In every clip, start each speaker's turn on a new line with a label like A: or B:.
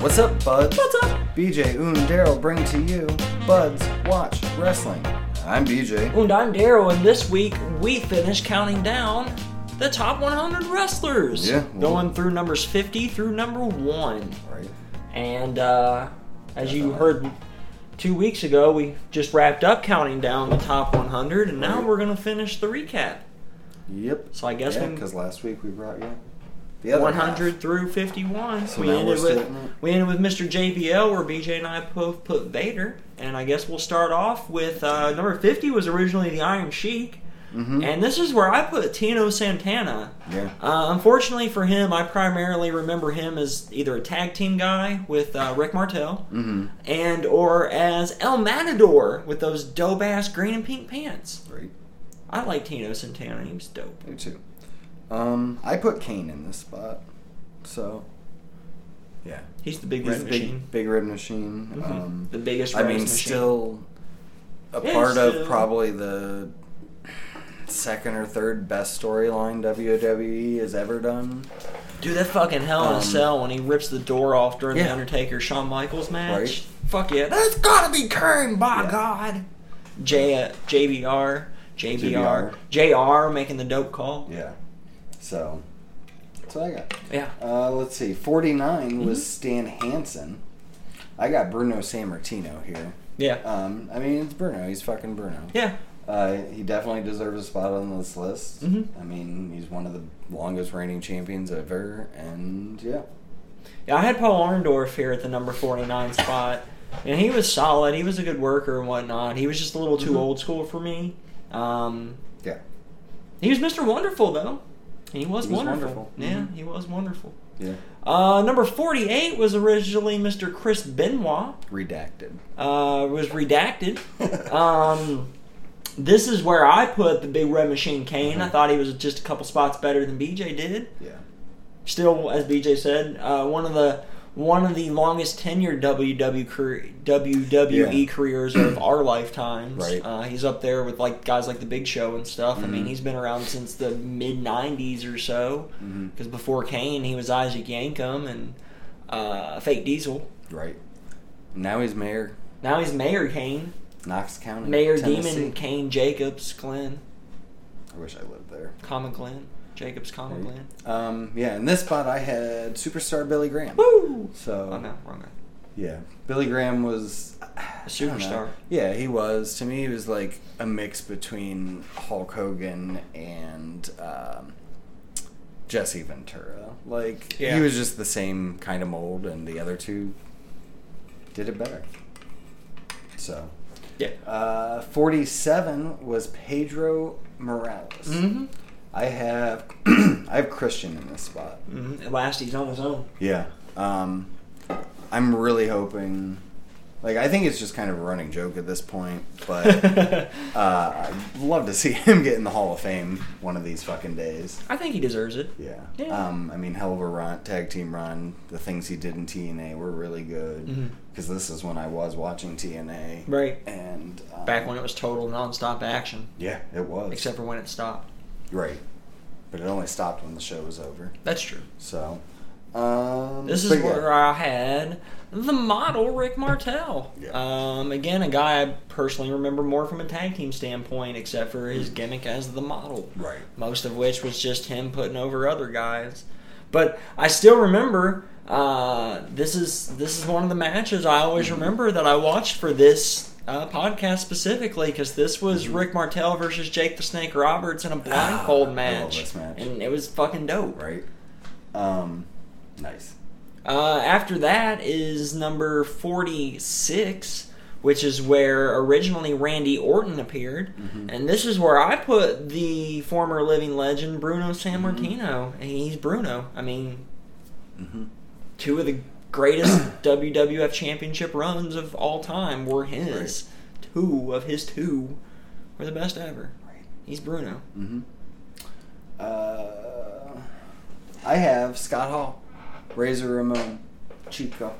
A: What's up, buds?
B: What's up?
A: BJ, Oon, Daryl bring to you Buds Watch Wrestling. I'm BJ.
B: And I'm Daryl, and this week we finished counting down the top 100 wrestlers.
A: Yeah, well-
B: going through numbers 50 through number 1.
A: Right.
B: And uh, as you heard two weeks ago, we just wrapped up counting down the top 100, and now
A: Right.
B: we're going to finish the recap.
A: Yep.
B: So I guess
A: yeah,
B: we-
A: because last week we brought you the other
B: 100
A: half.
B: through 51.
A: So
B: we,
A: now we're
B: ended with,
A: sitting at-
B: we ended with Mr. JBL, where BJ and I both put Vader. And I guess we'll start off with uh, number 50 was originally the Iron Sheik.
A: Mhm.
B: And this is where I put Tino Santana.
A: Yeah.
B: Uh, unfortunately for him, I primarily remember him as either a tag team guy with uh, Rick Martel,
A: Mhm.
B: and or as El Matador with those dope ass green and pink pants.
A: Right.
B: I like Tino Santana; he was dope.
A: Me too. Um, I put Kane in this spot. So. Yeah.
B: He's the big
A: He's
B: red
A: a
B: machine.
A: Big, big red machine.
B: Mhm.
A: Um,
B: The biggest
A: I
B: red
A: mean,
B: machine.
A: still a
B: Yeah,
A: part of
B: still.
A: probably the second or third best storyline WWE has ever done.
B: Dude, that fucking Hell in
A: Um,
B: a Cell when he rips the door off during
A: Yeah.
B: the Undertaker Shawn Michaels match.
A: Right.
B: Fuck yeah, that's gotta be Kane, by
A: Yeah.
B: God. J JBR, JBR, JR making the dope call.
A: Yeah. So that's what I got.
B: Yeah.
A: Uh, let's see. 49
B: Mm-hmm.
A: was Stan Hansen. I got Bruno Sammartino here.
B: Yeah.
A: Um, I mean, it's Bruno. He's fucking Bruno.
B: yeah.
A: Uh, he definitely deserves a spot on this list.
B: Mhm.
A: I mean, he's one of the longest reigning champions ever, and yeah.
B: Yeah, I had Paul Orndorff here at the number 49 spot, and he was solid. He was a good worker and whatnot. He was just a little too
A: Mhm.
B: old school for me. Um,
A: Yeah.
B: he was Mr. Wonderful, though. He was,
A: He was
B: wonderful.
A: wonderful.
B: Yeah,
A: Mhm.
B: he was wonderful.
A: Yeah.
B: Uh, number 48 was originally Mr. Chris Benoit.
A: Redacted.
B: Uh, was redacted. um, this is where I put the Big Red Machine Kane. I
A: Mhm.
B: thought he was just a couple spots better than BJ did.
A: Yeah.
B: still, as BJ said, uh, one of the one of the longest tenured WW career, WWE
A: Yeah.
B: careers of our lifetimes.
A: Right.
B: Uh, he's up there with like guys like the Big Show and stuff. I mean,
A: Mhm.
B: he's been around since the mid '90s or so.
A: Mhm.
B: Because before Kane, he was Isaac Yankum and uh, Fake Diesel.
A: Right. Now he's mayor,
B: Now he's Mayor Kane,
A: Knox County,
B: Mayor
A: Tennessee.
B: Demon Kane Jacobs Glenn,
A: I wish I lived there.
B: Common Glenn Jacobs Common Glenn.
A: Um, yeah, in this spot I had superstar Billy Graham.
B: Woo!
A: So
B: Oh no, wrong guy.
A: yeah, Billy Graham was
B: A
A: I don't know.
B: superstar.
A: Yeah, he was. To me, he was like a mix between Hulk Hogan and um, Jesse Ventura. Like
B: Yeah.
A: he was just the same kind of mold, and the other two did it better. So,
B: Yeah.
A: uh, forty-seven was Pedro Morales.
B: Mm-hmm.
A: I have I have Christian in this spot.
B: Mm-hmm. At last, he's on his own.
A: Yeah. Um, I'm really hoping. Like, I think it's just kind of a running joke at this point, but uh, I'd love to see him get in the Hall of Fame one of these fucking days.
B: I think he deserves it.
A: Yeah.
B: Yeah.
A: Um, I mean, hell of a run, tag team run. The things he did in TNA were really good
B: Mhm.
A: because this is when I was watching TNA.
B: Right.
A: And um,
B: Back when it was total nonstop action,
A: yeah, it was
B: except for when it stopped.
A: right, but it only stopped when the show was over.
B: That's true.
A: So um,
B: This is
A: but yeah.
B: where I had the model Rick Martel.
A: Yeah.
B: Um, again, a guy I personally remember more from a tag team standpoint, except for his gimmick as the model.
A: Right.
B: Most of which was just him putting over other guys. But I still remember. Uh, this is this is one of the matches I always
A: Mm-hmm.
B: remember that I watched for this uh, podcast specifically because this was Rick Martel versus Jake the Snake Roberts in a blindfold
A: Mm-hmm. Ah, I love
B: match,
A: this match.
B: and it was fucking dope.
A: right? Um, nice.
B: Uh, after that is number 46, which is where originally Randy Orton appeared.
A: Mm-hmm.
B: And this is where I put the former living legend Bruno Sammartino. And He's Bruno. I mean,
A: Mm-hmm.
B: two of the greatest WWF championship runs of all time were his. Two of his two were the best ever.
A: Right.
B: He's Bruno.
A: Mm-hmm. Uh, I have Scott Hall, Razor Ramon, Chico.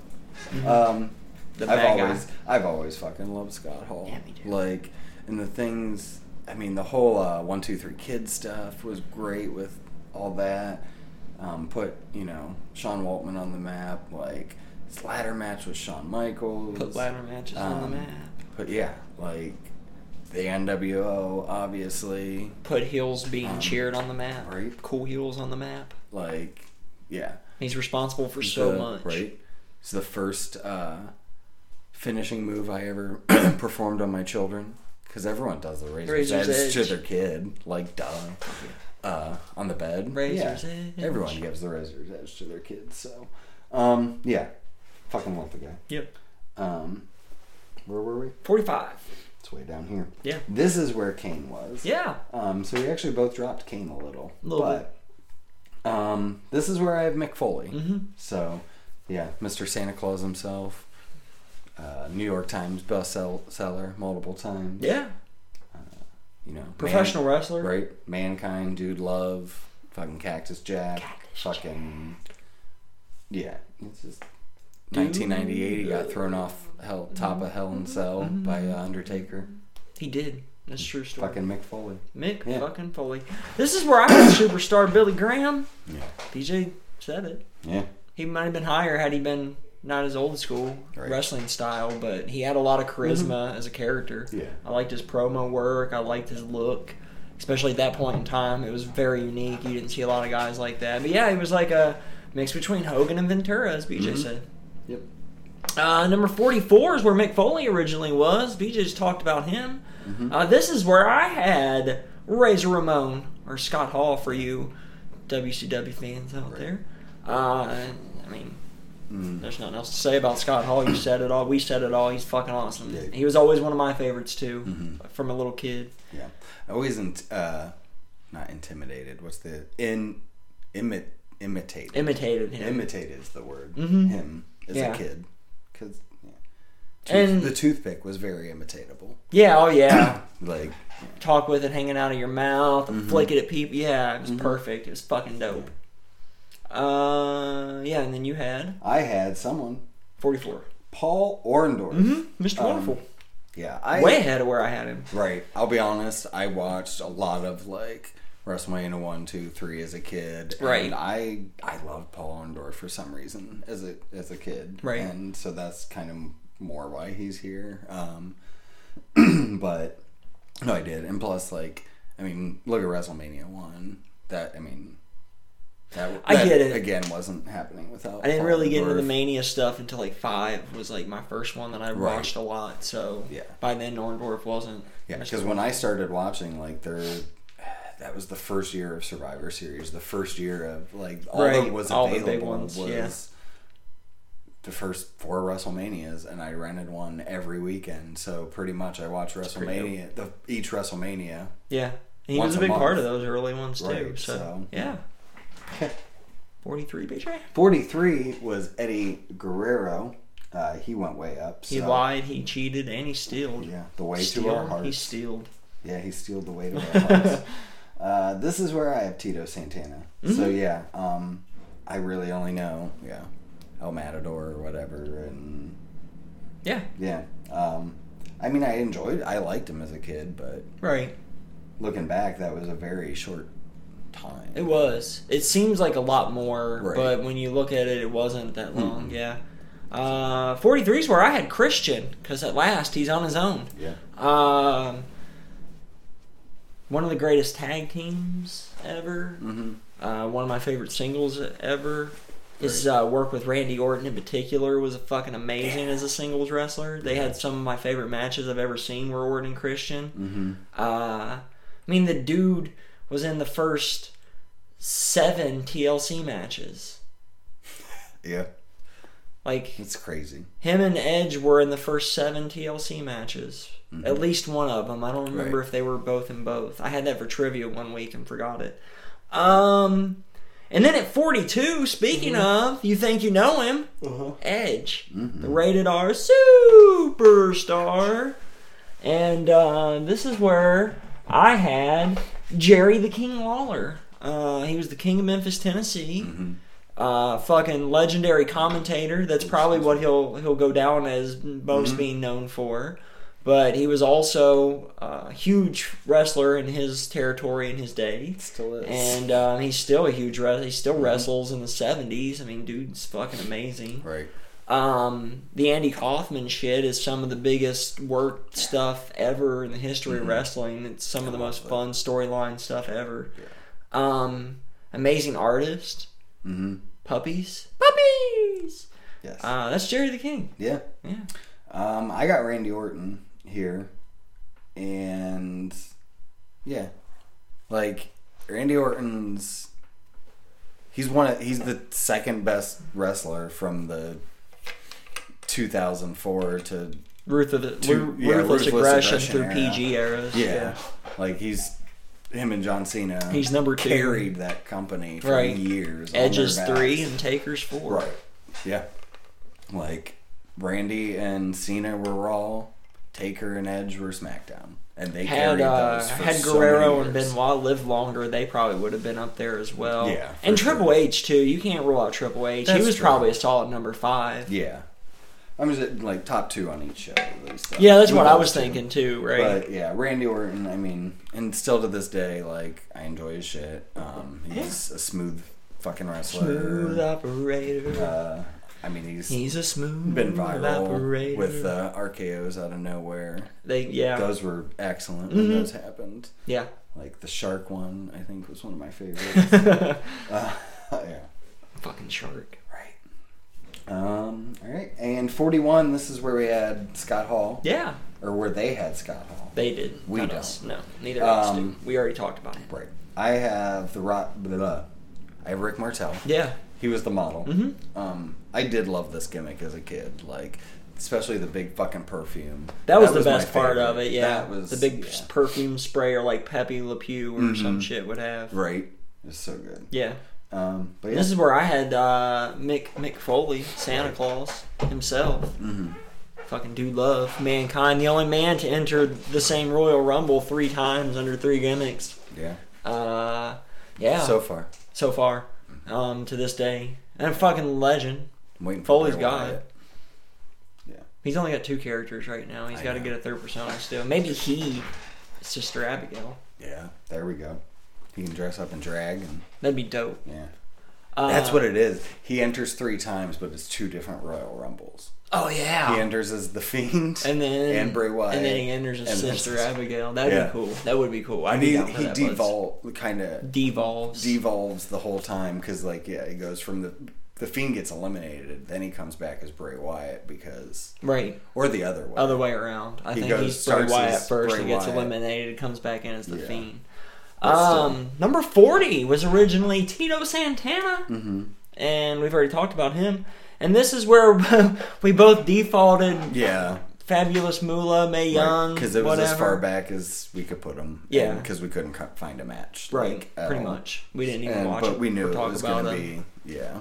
A: Um,
B: Mm-hmm. The bad
A: I've
B: guy.
A: always, I've always fucking loved Scott Hall.
B: Yeah, me too.
A: Like, and the things. I mean, the whole uh, one, two, three kids stuff was great with all that. Um, put you know Sean Waltman on the map. Like His ladder match with Shawn Michaels.
B: Put ladder matches on the
A: Um,
B: map.
A: But yeah, like the NWO, obviously.
B: Put heels being
A: um,
B: cheered on the map.
A: right.
B: Cool heels on the map.
A: Like, yeah.
B: He's responsible for so
A: the-
B: much.
A: Right. It's the first uh, finishing move I ever performed on my children because everyone does the razor's,
B: Razor's
A: edge, to
B: edge.
A: their kid, like duh. Uh, on the bed,
B: Razor's
A: yeah.
B: edge.
A: Everyone gives the razor's edge to their kids, so um, yeah, fucking love the guy.
B: Yep.
A: Um, where were we?
B: Forty-five.
A: It's way down here.
B: Yeah.
A: This is where Kane was.
B: Yeah.
A: Um, so we actually both dropped Kane a little.
B: Little
A: but um, this is where I have Mick Foley.
B: Mm-hmm.
A: So, yeah, Mr. Santa Claus himself, uh, New York Times bestseller multiple times.
B: Yeah.
A: You know,
B: Professional wrestler.
A: man- right? Mankind, Dude Love, fucking Cactus Jack,
B: Cactus
A: fucking yeah. It's just
B: Dude Mm-hmm.
A: 1998. He got thrown off hell top of Hell and Cell by uh, Undertaker.
B: He did. That's a true story.
A: Fucking Mick Foley.
B: Mick
A: Yeah.
B: fucking Foley. This is where I was superstar Billy Graham.
A: Yeah.
B: PJ said it.
A: Yeah.
B: He might have been higher had he been not his old school
A: Right. Mm-hmm.
B: wrestling style, but he had a lot of charisma as a character.
A: Yeah.
B: I liked his promo work. I liked his look, especially at that point in time. It was very unique. You didn't see a lot of guys like that. But yeah, he was like a mix between Hogan and Ventura, as BJ
A: Mhm.
B: said.
A: Yep.
B: Uh, number 44 is where Mick Foley originally was. BJ just talked about him.
A: Mm-hmm.
B: Uh, this is where I had Razor Ramon or Scott Hall for you WCW fans out
A: Right.
B: there. Uh, I mean,
A: Mm.
B: there's nothing else to say about Scott Hall. You said it all. We said it all. He's fucking awesome.
A: Yeah.
B: He was always one of my favorites, too,
A: Mhm.
B: from a little kid.
A: Yeah, I always in, uh, not intimidated. What's the in imit imitate
B: Imitated him.
A: imitate is the word.
B: Mhm.
A: Him as
B: Yeah.
A: a kid, because yeah.
B: And-
A: Tooth- the toothpick was very imitatable.
B: yeah, oh, yeah.
A: Like
B: Talk with it hanging out of your mouth
A: Mm-hmm.
B: and flick it at people. Yeah, it was perfect. It was fucking dope. Uh, yeah, and then you had
A: I had someone
B: 44.
A: Paul Orndorff.
B: Mm-hmm. Mr.
A: Um,
B: Wonderful.
A: Yeah, I
B: Way ahead of where I had him.
A: right. I'll be honest. I watched a lot of like. WrestleMania one, two, three as a kid.
B: Right.
A: And I I loved Paul Orndorff for some reason as a as a kid.
B: Right.
A: And so that's kind of more why he's here. Um, but no, I did. And plus, like, I mean, look at WrestleMania one. That I mean, that,
B: I
A: that,
B: get it.
A: Again, wasn't happening without.
B: I didn't
A: Paul
B: really get into the
A: Orndorff.
B: Mania stuff until like five was like my first one that I
A: Right.
B: watched a lot. So
A: Yeah.
B: by then Orndorff wasn't.
A: Yeah, because when I started watching, like there, that was the first year of Survivor Series. The first year of like all
B: Right,
A: that was
B: all the big
A: available
B: ones,
A: was
B: yeah.
A: the first four WrestleManias, and I rented one every weekend. So pretty much, I watched
B: pretty dope.
A: WrestleMania, the, each WrestleMania.
B: yeah, he
A: Once
B: was a
A: a
B: big
A: month.
B: part of those early ones too.
A: Right,
B: so,
A: so-
B: yeah, forty three BJ.
A: Forty three was Eddie Guerrero. Uh, he went way up. So,
B: He lied, he cheated, and he stealed.
A: Yeah, the way to
B: Stealed,
A: our hearts.
B: He stealed.
A: Yeah, he stealed the weight of our hearts. uh, this is where I have Tito Santana. So yeah, um, I really only know yeah El Matador or whatever, and
B: Yeah,
A: yeah. Um, I mean, I enjoyed, I liked him as a kid, but
B: right.
A: looking back, that was a very short time.
B: It was. It seems like a lot more,
A: Right.
B: but when you look at it, it wasn't that long.
A: Mm-mm.
B: Yeah. Uh, 43 is where I had Christian, because at last he's on his own.
A: yeah,
B: Um, one of the greatest tag teams ever.
A: mm-hmm.
B: Uh, one of my favorite singles ever. His uh, work with Randy Orton in particular was fucking amazing as a singles wrestler. They had some of my favorite matches I've ever seen were Orton and Christian.
A: Mm-hmm.
B: Uh, I mean, the dude was in the first seven TLC matches.
A: yeah.
B: Like
A: It's crazy.
B: him and Edge were in the first seven TLC matches. At least one of them. I don't remember
A: Mm-hmm. Right.
B: if they were both in both. I had that for trivia one week and forgot it. Um, and then at 42, speaking of, you think you know him,
A: Mm-hmm. Uh-huh. Mm-hmm.
B: Edge, the rated R superstar. And uh, this is where I had Jerry the King Lawler. Uh, he was the king of Memphis, Tennessee. Uh, fucking legendary commentator. That's probably what he'll he'll go down as most being known for. But he was also a huge wrestler in his territory in his day.
A: Still is.
B: And uh, he's still a huge wrestler. He still wrestles in the 70s. I mean, dude's fucking amazing.
A: right.
B: Um, the Andy Kaufman shit is some of the biggest work stuff ever in the history
A: Mm-hmm.
B: of wrestling. It's some of the most fun storyline stuff ever. Um, amazing artist,
A: Mm-hmm.
B: puppies, puppies.
A: Yes.
B: Uh, that's Jerry the King.
A: yeah.
B: Yeah.
A: Um, I got Randy Orton here, and yeah, like Randy Orton's. He's one. Of, he's the second best wrestler from the 2004 to
B: Ruth of the,
A: Two-
B: Ru-
A: yeah, Ruthless
B: ruthless, aggression,
A: Aggression
B: through
A: era.
B: PG eras.
A: yeah. Like he's him and John Cena.
B: He's number two.
A: Carried that company for
B: Right.
A: years. on their
B: Edges
A: backs.
B: three and Taker's four.
A: Right. Yeah. Like Randy and Cena were Raw, Taker and Edge were SmackDown, and they
B: Had
A: carried
B: uh,
A: those for
B: had
A: so
B: Guerrero
A: many
B: and
A: years.
B: Benoit lived longer, they probably would have been up there as well.
A: Yeah, for
B: and
A: sure.
B: Triple H too. You can't rule out Triple H. he
A: That's
B: was
A: true.
B: probably a solid number five.
A: Yeah, I'm just at, like top two on each show. At least. uh,
B: Yeah, that's
A: with
B: what I
A: those
B: was
A: two.
B: thinking too. Right.
A: But yeah, Randy Orton. I mean, and still to this day, like I enjoy his shit. Um, he's a smooth fucking
B: Smooth
A: wrestler.
B: operator.
A: Uh, I mean, he's
B: He's a smooth
A: been viral
B: operator.
A: with uh, RKO's out of nowhere.
B: they yeah Mm-hmm.
A: Those were excellent when those happened.
B: yeah.
A: like the shark one i think was one of my favorites uh, yeah
B: Fucking shark.
A: right um all right and 41 this is where we had scott hall
B: Yeah,
A: or where they had scott hall
B: they did.
A: We
B: Not
A: don't.
B: us. No, neither of us do.
A: Um,
B: We already talked about it.
A: right i have the rock blah, blah. i have rick martel
B: Yeah.
A: he was the model
B: Mhm.
A: um i did love this gimmick as a kid like especially the big fucking perfume
B: That was the
A: my
B: best part of
A: favorite.
B: it, yeah.
A: that was
B: the big
A: yeah.
B: perfume spray or like Pepe Le Pew or some
A: Mhm.
B: shit would have.
A: right it's so good
B: Yeah.
A: um but yeah
B: This is where I had uh, Mick Mick Foley, Santa Claus himself.
A: Mhm.
B: Fucking do love mankind, the only man to enter the same Royal Rumble three times under three gimmicks.
A: yeah
B: Uh, yeah,
A: so
B: so,
A: far
B: far um, to this day, and a fucking legend.
A: I'm waiting
B: Foley's
A: Bray
B: got
A: Wyatt.
B: it.
A: Yeah.
B: He's only got two characters right now. He's
A: I
B: got to
A: know.
B: get a third persona still. Maybe he, Sister Abigail.
A: Yeah, there we go. He can dress up and drag, and
B: That'd be dope.
A: yeah,
B: Uh,
A: that's what it is. He enters three times, but it's two different Royal Rumbles.
B: Oh yeah.
A: He enters as the Fiend,
B: and then
A: and Bray Wyatt,
B: and then he enters his
A: and then-
B: sister Abigail. That'd
A: Yeah.
B: be cool. That would be cool. I'd
A: and
B: be
A: he,
B: down for
A: he
B: that buzz.
A: devol kind of
B: devolves.
A: devolves the whole time because, like, yeah, he goes from the the Fiend gets eliminated, then he comes back as Bray Wyatt because,
B: right,
A: or the other way.
B: other way around. I
A: He
B: think
A: goes-
B: he's Bray
A: starts
B: Wyatt
A: as
B: first.
A: Bray
B: he gets
A: Wyatt.
B: eliminated, comes back in as the
A: Yeah.
B: fiend.
A: But still.
B: Um, number forty was originally Tito Santana,
A: hmm
B: and we've already talked about him. And this is where we both defaulted.
A: Yeah,
B: Fabulous Moolah, May Young,
A: because it was
B: whatever.
A: as far back as we could put him.
B: Yeah.
A: because we couldn't co- find a match.
B: right?
A: like, at
B: pretty
A: all.
B: much. We didn't even
A: And-
B: watch
A: but
B: it.
A: we knew
B: or
A: it
B: talk
A: was
B: about
A: going to
B: it.
A: be yeah.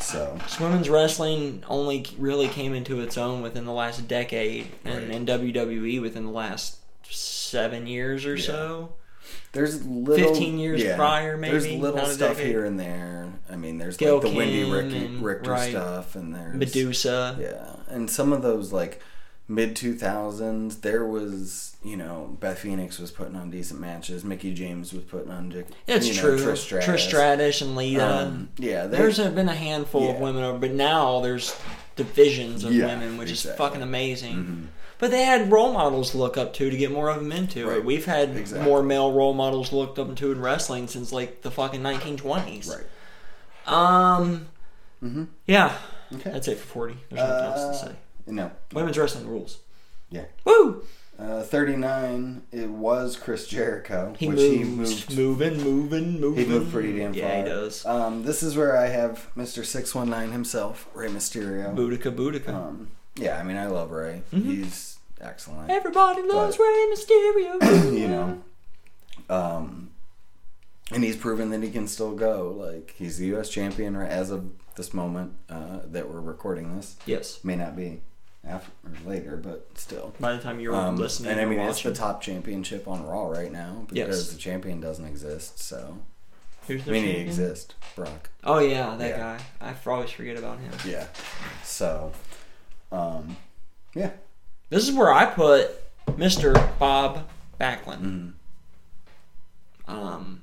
A: So
B: Just women's wrestling only really came into its own within the last decade, and,
A: Right.
B: and WWE E within the last seven years or
A: Yeah.
B: so.
A: there's little
B: 15 years prior,
A: There's
B: maybe,
A: little
B: not a
A: stuff
B: decade.
A: here and there. I mean, there's
B: Gail
A: like the Wendy
B: Kim
A: Ricky,
B: and-
A: Richter
B: right.
A: stuff, and there's
B: Medusa,
A: yeah, and some of those like mid 2000s. There was you know Beth Phoenix was putting on decent matches. Mickey James was putting on dic-
B: it's
A: you know,
B: true.
A: Trish Stratus.
B: and Lita.
A: Um, yeah, there-
B: there's been a handful of
A: Yeah.
B: women over, but now there's divisions of
A: Yeah,
B: women, which is
A: exactly. Mm-hmm.
B: fucking amazing. But they had role models to look up to to get more of them into it.
A: Right.
B: We've had
A: Exactly.
B: more male role models looked up to in wrestling since like the fucking 1920s.
A: right.
B: Um.
A: Mhm.
B: Yeah.
A: Okay.
B: That's it for 40. There's nothing else to
A: Uh,
B: say.
A: No.
B: Women's wrestling rules.
A: Yeah.
B: Woo!
A: Uh, 39. It was Chris Jericho,
B: He
A: which
B: moves.
A: he moved
B: Moving, moving, moving.
A: He moved pretty damn far.
B: Yeah, he does.
A: Um, this is where I have Mr. Six One Nine himself, Ray Mysterio.
B: Boudica, Boudica.
A: Um, yeah, I mean, I love Ray.
B: Mm-hmm.
A: He's excellent.
B: Everybody loves
A: but-
B: Rey Mysterio.
A: you know, um, and he's proven that he can still go. Like he's the U.S. champion right as of this moment uh, that we're recording this.
B: Yes.
A: May not be after or later, but still.
B: By the time you're
A: Um,
B: listening,
A: and I
B: or
A: mean, it's
B: watching,
A: the top championship on Raw right now because
B: Yes.
A: the champion doesn't exist. So
B: who's
A: I
B: the
A: mean, he
B: champion?
A: exists, Brock.
B: Oh yeah, that
A: Yeah.
B: guy. I f- always forget about him.
A: Yeah. So, um, yeah.
B: This is where I put Mr. Bob
A: Mm.
B: Backlund. Um,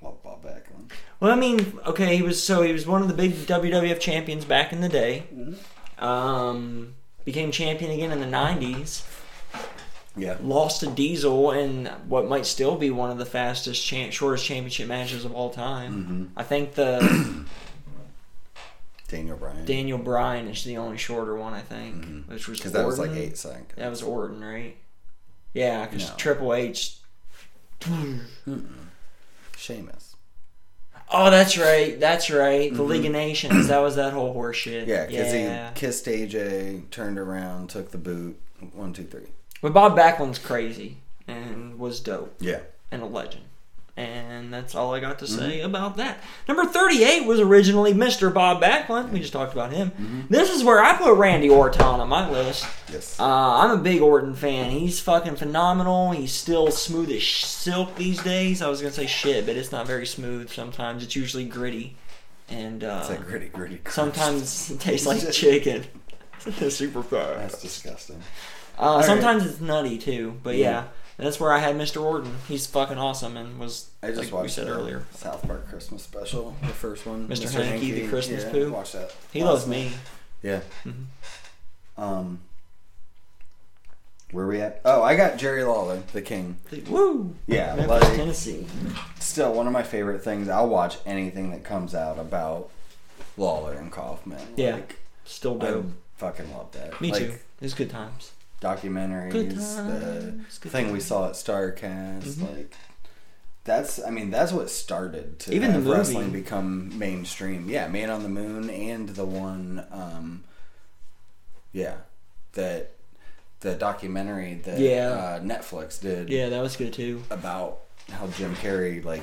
A: Love Bob Backlund.
B: Well, I mean, okay, he was so he was one of the big WWF champions back in the day.
A: Mm-hmm.
B: Um, became champion again in the '90s.
A: Yeah.
B: Lost to Diesel in what might still be one of the fastest, cha- shortest championship matches of all time.
A: Mm-hmm.
B: I think the
A: Daniel Bryan.
B: Daniel Bryan is the only shorter one. I think, which was
A: Because Mm-hmm. that was like
B: Orton.
A: eight seconds.
B: That was Orton, right? Yeah, because
A: No.
B: Triple H.
A: Sheamus.
B: Oh, that's right. That's right. The League of Nations. That was that whole horseshit.
A: Mm-hmm. Yeah, because
B: yeah.
A: he kissed AJ, turned around, took the boot. One, two, three.
B: But Bob Backlund's crazy and was dope
A: Yeah.
B: and a legend. And that's all I got to
A: Mm-hmm.
B: say about that. Number 38 was originally Mr. Bob Backlund. We just talked about him.
A: Mm-hmm.
B: This is where I put Randy Orton on my list.
A: Yes.
B: Uh, I'm a big Orton fan. He's fucking phenomenal. He's still smooth as sh- silk these days. I was going to say shit, but it's not very smooth sometimes. It's usually gritty. And uh,
A: it's like gritty, gritty. crust.
B: sometimes it tastes like chicken. Super fast.
A: That's disgusting.
B: Uh,
A: right.
B: sometimes it's nutty too, but yeah.
A: Yeah.
B: that's where I had Mr. Orton. He's fucking awesome and was
A: I just
B: like
A: watched
B: we said
A: the
B: earlier.
A: South Park Christmas special, the first one.
B: Mr. Hanky, the Christmas
A: yeah,
B: poo.
A: Watch that.
B: He
A: last
B: loves
A: night.
B: me.
A: Yeah.
B: Mm-hmm.
A: Um, where we at? Oh, I got Jerry Lawler, the King.
B: Woo!
A: Yeah,
B: Memphis,
A: like-
B: Tennessee.
A: Still one of my favorite things. I'll watch anything that comes out about Lawler and Kaufman.
B: Yeah.
A: Like,
B: Still
A: I
B: dope.
A: fucking love that.
B: me
A: like,
B: too. It's good times.
A: Documentaries,
B: Good
A: the
B: times, good
A: thing we
B: times. Mm-hmm.
A: saw at Starcast, like. That's, I mean, that's what started to
B: Even the
A: have
B: movie.
A: wrestling become mainstream. Yeah, Man on the Moon and the one, um, yeah, that the documentary that
B: Yeah.
A: uh, Netflix did
B: Yeah, that was good too.
A: about how Jim Carrey like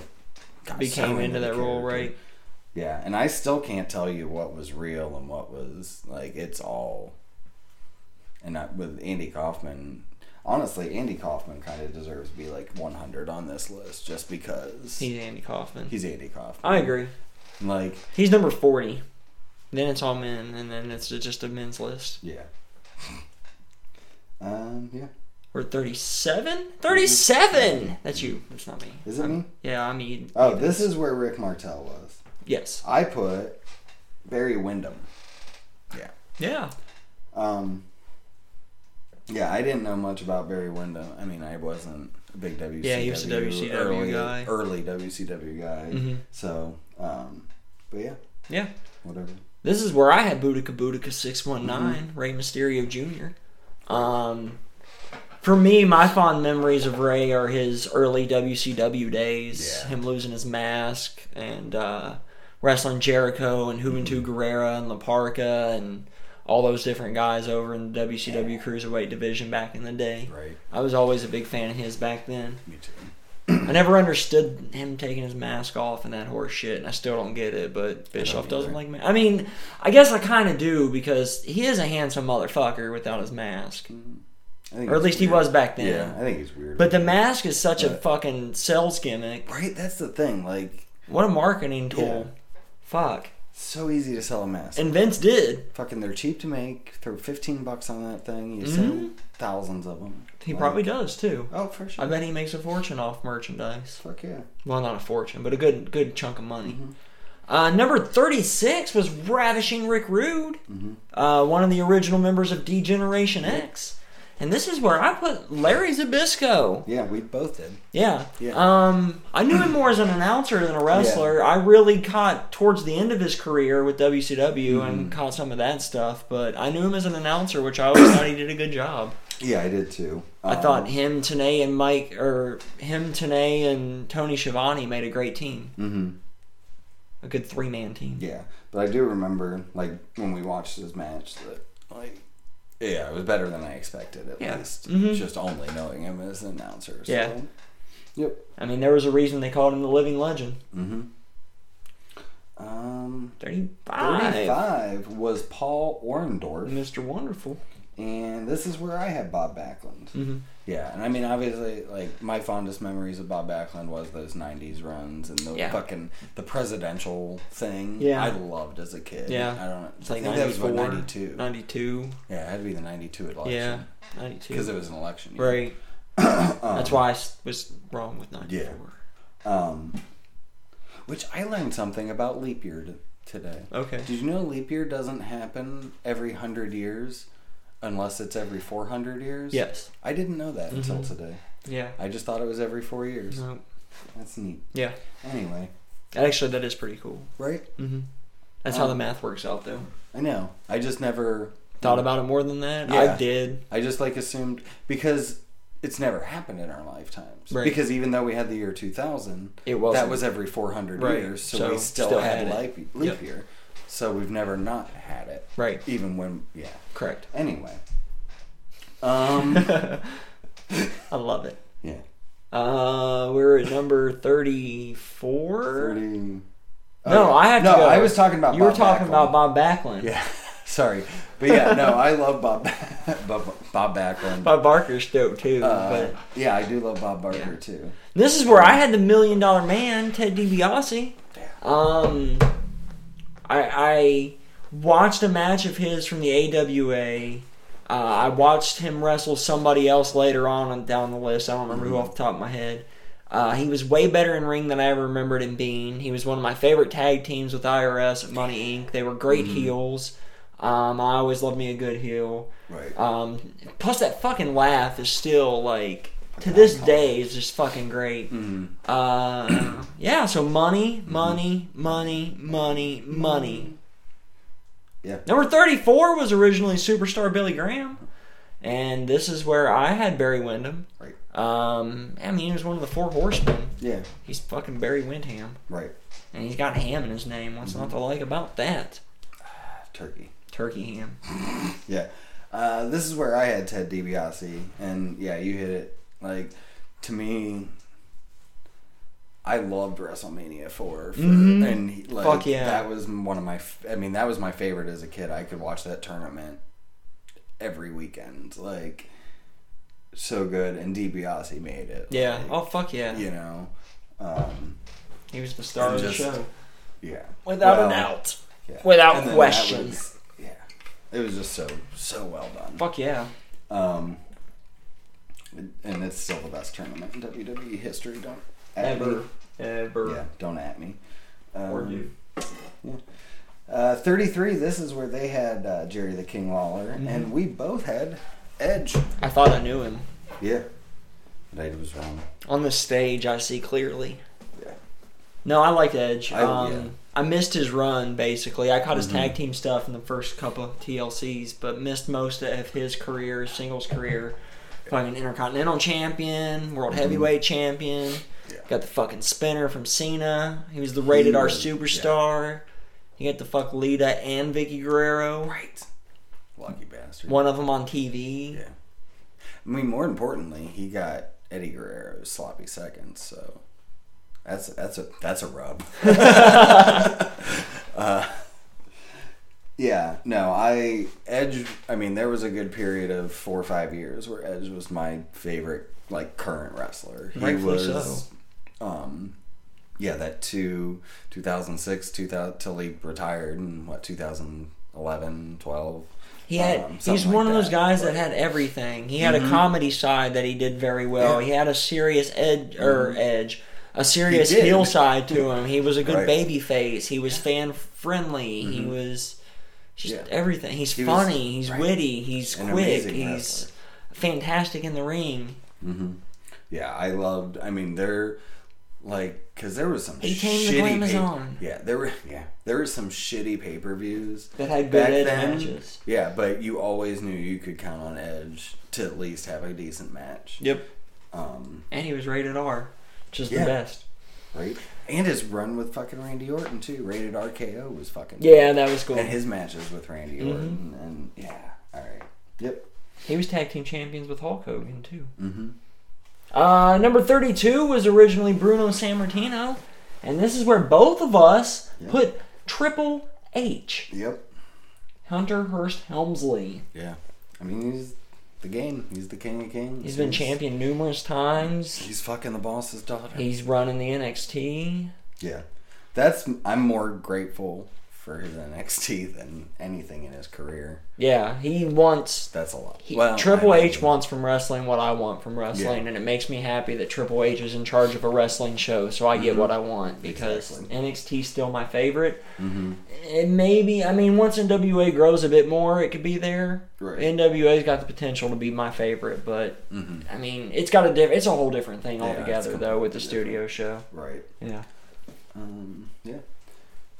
A: got so
B: Became into
A: the
B: that role,
A: character.
B: right?
A: Yeah, and I still can't tell you what was real and what was like. It's all, and I, with Andy Kaufman, honestly, Andy Kaufman kind of deserves to be like 100 on this list just because
B: He's Andy Kaufman.
A: he's Andy Kaufman.
B: I agree.
A: Like,
B: He's number forty. Then it's all men, and then it's just a men's list.
A: yeah. Um. Yeah.
B: We're 37? 37! That's you. That's not me.
A: Is it me?
B: Yeah, I'm eating.
A: Oh, this is where Rick Martel was.
B: Yes.
A: I put Barry Windham. Yeah.
B: Yeah.
A: Um, yeah, I didn't know much about Barry Windham. I mean, I wasn't a big WCW,
B: Yeah, he was a WCW
A: early,
B: guy.
A: early WCW guy.
B: Mhm.
A: So, um, but yeah,
B: Yeah.
A: whatever.
B: This is where I had Boudica Boudica 619,
A: Mm-hmm.
B: Ray Mysterio Jr. Um, for me, my fond memories of Ray are his early WCW days,
A: Yeah.
B: him losing his mask, and uh, wrestling Jericho and Juventud
A: Mm-hmm.
B: Guerrera and La Parca and all those different guys over in the WCW Cruiserweight division back in the day.
A: Right.
B: I was always a big fan of his back then.
A: Me too.
B: I never understood him taking his mask off and that horse shit, and I still don't get it. But Bischoff doesn't
A: either.
B: like me. I mean, I guess I kind of do because he is a handsome motherfucker without his mask,
A: I think
B: or at
A: it's
B: least he
A: weird.
B: was back then.
A: Yeah, I think he's weird.
B: But the mask is such a
A: Right.
B: fucking sales gimmick.
A: right, that's the thing. Like,
B: What a marketing tool.
A: Yeah.
B: Fuck.
A: so easy to sell a mask.
B: And Vince did.
A: Fucking, they're cheap to make. Throw fifteen bucks on that thing. You sell
B: Mhm.
A: thousands of them.
B: He probably does too.
A: Oh, for
B: I
A: sure.
B: bet he makes a fortune off merchandise.
A: Fuck yeah.
B: Well, not a fortune, but a good good chunk of money. Uh, number 36 was Ravishing Rick Rude, uh, one of the original members of D Generation X. And this is where I put Larry Zabisco.
A: Yeah, we both did.
B: Yeah.
A: Yeah.
B: Um, I knew him more as an announcer than a wrestler. I really caught towards the end of his career with WCW and caught some of that stuff, but I knew him as an announcer, which I always thought he did a good job.
A: Yeah, I did too.
B: I
A: Um,
B: thought him, Tanay, and Mike, or him, Tanay, and Tony Schiavone made a great team.
A: mhm.
B: A good three man team.
A: Yeah, but I do remember like when we watched this match that like yeah, it was better than I expected at
B: Yeah.
A: least.
B: Mhm.
A: Just only knowing him as an announcer. So.
B: Yeah.
A: Yep.
B: I mean, there was a reason they called him the Living Legend.
A: Mm-hmm. Um,
B: 35.
A: thirty-five was Paul Orndorff,
B: Mr. Wonderful.
A: and this is where I had Bob Backlund.
B: Mhm.
A: Yeah, and I mean, obviously, like my fondest memories of Bob Backlund was those '90s runs and the
B: Yeah.
A: fucking the presidential thing.
B: Yeah.
A: I loved as a kid.
B: Yeah.
A: I don't.
B: It's like
A: I think that was what
B: 94,
A: '92.
B: 92.
A: Yeah, it had to be the 92 election.
B: Yeah.
A: Because
B: 92.
A: it Um, was an election. year.
B: Right. That's why I s- was wrong with 94.
A: Um, Which I learned something about leap year t- today.
B: Okay.
A: Did you know leap year doesn't happen every 100 years unless it's every 400 years?
B: Yes.
A: I didn't know that until
B: Mhm.
A: today.
B: Yeah.
A: I just thought it was every 4 years.
B: No.
A: That's neat.
B: Yeah.
A: Anyway,
B: Actually, that is pretty cool.
A: right?
B: Mm-hmm. That's how
A: Um,
B: the math works out, though.
A: I know. I just never
B: Thought about it more than that.
A: Yeah.
B: I did.
A: I just like assumed because it's never happened in our lifetimes.
B: Right.
A: Because even though we had the year 2000,
B: It wasn't.
A: that was every 400
B: Right.
A: years, so,
B: So,
A: we still,
B: still
A: had,
B: had
A: leap,
B: it.
A: leap
B: Yep.
A: year. So we've never not had it.
B: Right.
A: Even when, yeah.
B: Correct.
A: Anyway. Um,
B: I love it.
A: yeah.
B: Uh, we're at number 34.
A: 30. oh,
B: No,
A: yeah.
B: I have
A: no,
B: to. go.
A: I was talking about
B: You were
A: Bob
B: talking
A: Backlund.
B: about Bob Backlund.
A: Yeah. Sorry. But yeah, no, I love Bob, Bob, Bob Backlund.
B: Bob Barker's dope too.
A: Uh,
B: but
A: yeah, I do love Bob Barker
B: Yeah.
A: too.
B: this is where I had the Million Dollar Man, Ted DiBiase. Um, I, I watched a match of his from the AWA. Uh, I watched him wrestle somebody else later on and down the list. I don't remember
A: Mm-hmm.
B: who off the top of my head. Uh, he was way better in ring than I ever remembered him being. He was one of my favorite tag teams with IRS at Money Inc. They were great
A: Mm-hmm.
B: heels. Um, I always loved me a good heel.
A: Right.
B: Um, plus, that fucking laugh is still like to this day is just fucking great. Uh, yeah. So money, money, money, money, money.
A: Yeah.
B: Number thirty-four was originally superstar Billy Graham, and this is where I had Barry Windham.
A: Right.
B: Um, I mean, he was one of the four horsemen.
A: Yeah.
B: He's fucking Barry Windham,
A: Right.
B: and he's got ham in his name. What's not to like about that?
A: Turkey.
B: Turkey ham.
A: Yeah. Uh, this is where I had Ted DiBiase, and yeah, you hit it. Like, to me, I loved WrestleMania 4. For,
B: Mhm.
A: And, he- like,
B: Fuck yeah.
A: that was one of my, f- I mean, that was my favorite as a kid. I could watch that tournament every weekend. Like, so good. And DiBiase made it.
B: Yeah.
A: Like,
B: Oh fuck yeah.
A: You know? Um,
B: He was the star of the
A: Just-
B: show.
A: yeah.
B: Without
A: Well,
B: an out.
A: yeah.
B: without
A: And then that
B: question.
A: was- yeah. It was just so, so well done.
B: Fuck yeah.
A: Um, and it's still the best tournament in WWE history. Don't at
B: Ever.
A: me.
B: Ever.
A: Yeah, don't at me. Um,
B: Or you.
A: Uh, 33, this is where they had uh, Jerry the King Lawler,
B: Mm-hmm.
A: and we both had Edge.
B: I thought I knew him.
A: Yeah. But I was wrong.
B: On the stage, I see clearly.
A: Yeah.
B: No, I liked Edge.
A: I-
B: um,
A: yeah. Mm-hmm.
B: I missed his run, basically. I caught his tag team stuff in the first couple of TLCs, but missed most of his career, his singles career. Fucking Intercontinental Champion, World Heavyweight Champion.
A: Mm-hmm. Yeah.
B: Got the fucking spinner from Cena. He was the rated R
A: was- yeah.
B: superstar. He got the fuck Lita and Vicky Guerrero.
A: Right. Lucky bastard.
B: One of them on TV.
A: Yeah. I mean, more importantly, he got Eddie Guerrero's sloppy seconds, so that's that's a that's a rub. uh, yeah, no, I Edge. I mean, there was a good period of four or five years where Edge was my favorite, like current wrestler. He
B: Rightfully
A: was, um, yeah, that two 2006 2000 till he retired in what 2011 12.
B: He had.
A: um,
B: he's
A: something
B: one
A: like
B: of those
A: that,
B: guys
A: but-
B: that had everything. He had a comedy side that he did very well.
A: Yeah. Mm-hmm.
B: He had a serious edge or edge, a serious
A: did.
B: heel side to him. He was a good
A: Right. Mm-hmm.
B: baby face. He was fan friendly. He was just
A: Yeah.
B: everything. He's
A: He was-
B: funny. he's
A: right.
B: witty. He's
A: An
B: quick.
A: amazing
B: He's
A: wrestler.
B: fantastic in the ring.
A: Yeah, I loved. I mean, they're like because there was some.
B: He
A: shitty
B: came to Glamazon.
A: pay- yeah, there were. Yeah, there were some shitty pay per views
B: That had good Edge matches.
A: Yeah, but you always knew you could count on Edge to at least have a decent match.
B: Yep.
A: Um,
B: And he was rated R, which is
A: Yeah.
B: the best.
A: right. And his run with fucking Randy Orton too. Rated RKO was fucking.
B: Yeah, Mm-hmm. that was cool.
A: And his matches with Randy Orton and yeah, all right. Yep.
B: He was tag team champions with Hulk Hogan too.
A: Mm-hmm.
B: Uh, number 32 was originally Bruno Sammartino, and this is where both of us
A: Yeah.
B: put Triple H,
A: Yep.
B: Hunter Hurst Helmsley.
A: Yeah. I mean, he's the game. He's the king of kings.
B: He's been champion numerous times.
A: He's fucking the boss's daughter.
B: He's running the NXT.
A: Yeah. That's I'm more grateful for his NXT than anything in his career.
B: Yeah, he wants
A: That's a lot.
B: He,
A: Well,
B: Triple
A: I
B: H
A: mean,
B: wants from wrestling what I want from wrestling,
A: Yeah.
B: and it makes me happy that Triple H is in charge of a wrestling show, so I get what I want because
A: Mm-hmm. Exactly.
B: NXT's still my favorite.
A: mhm.
B: And maybe, I mean, once NWA grows a bit more, it could be there.
A: Right.
B: NWA's got the potential to be my favorite, but
A: Mhm.
B: I mean, it's got a diff- it's a whole different thing
A: Yeah, it's
B: altogether though with the
A: completely
B: studio show.
A: Right.
B: Yeah.
A: Um, yeah.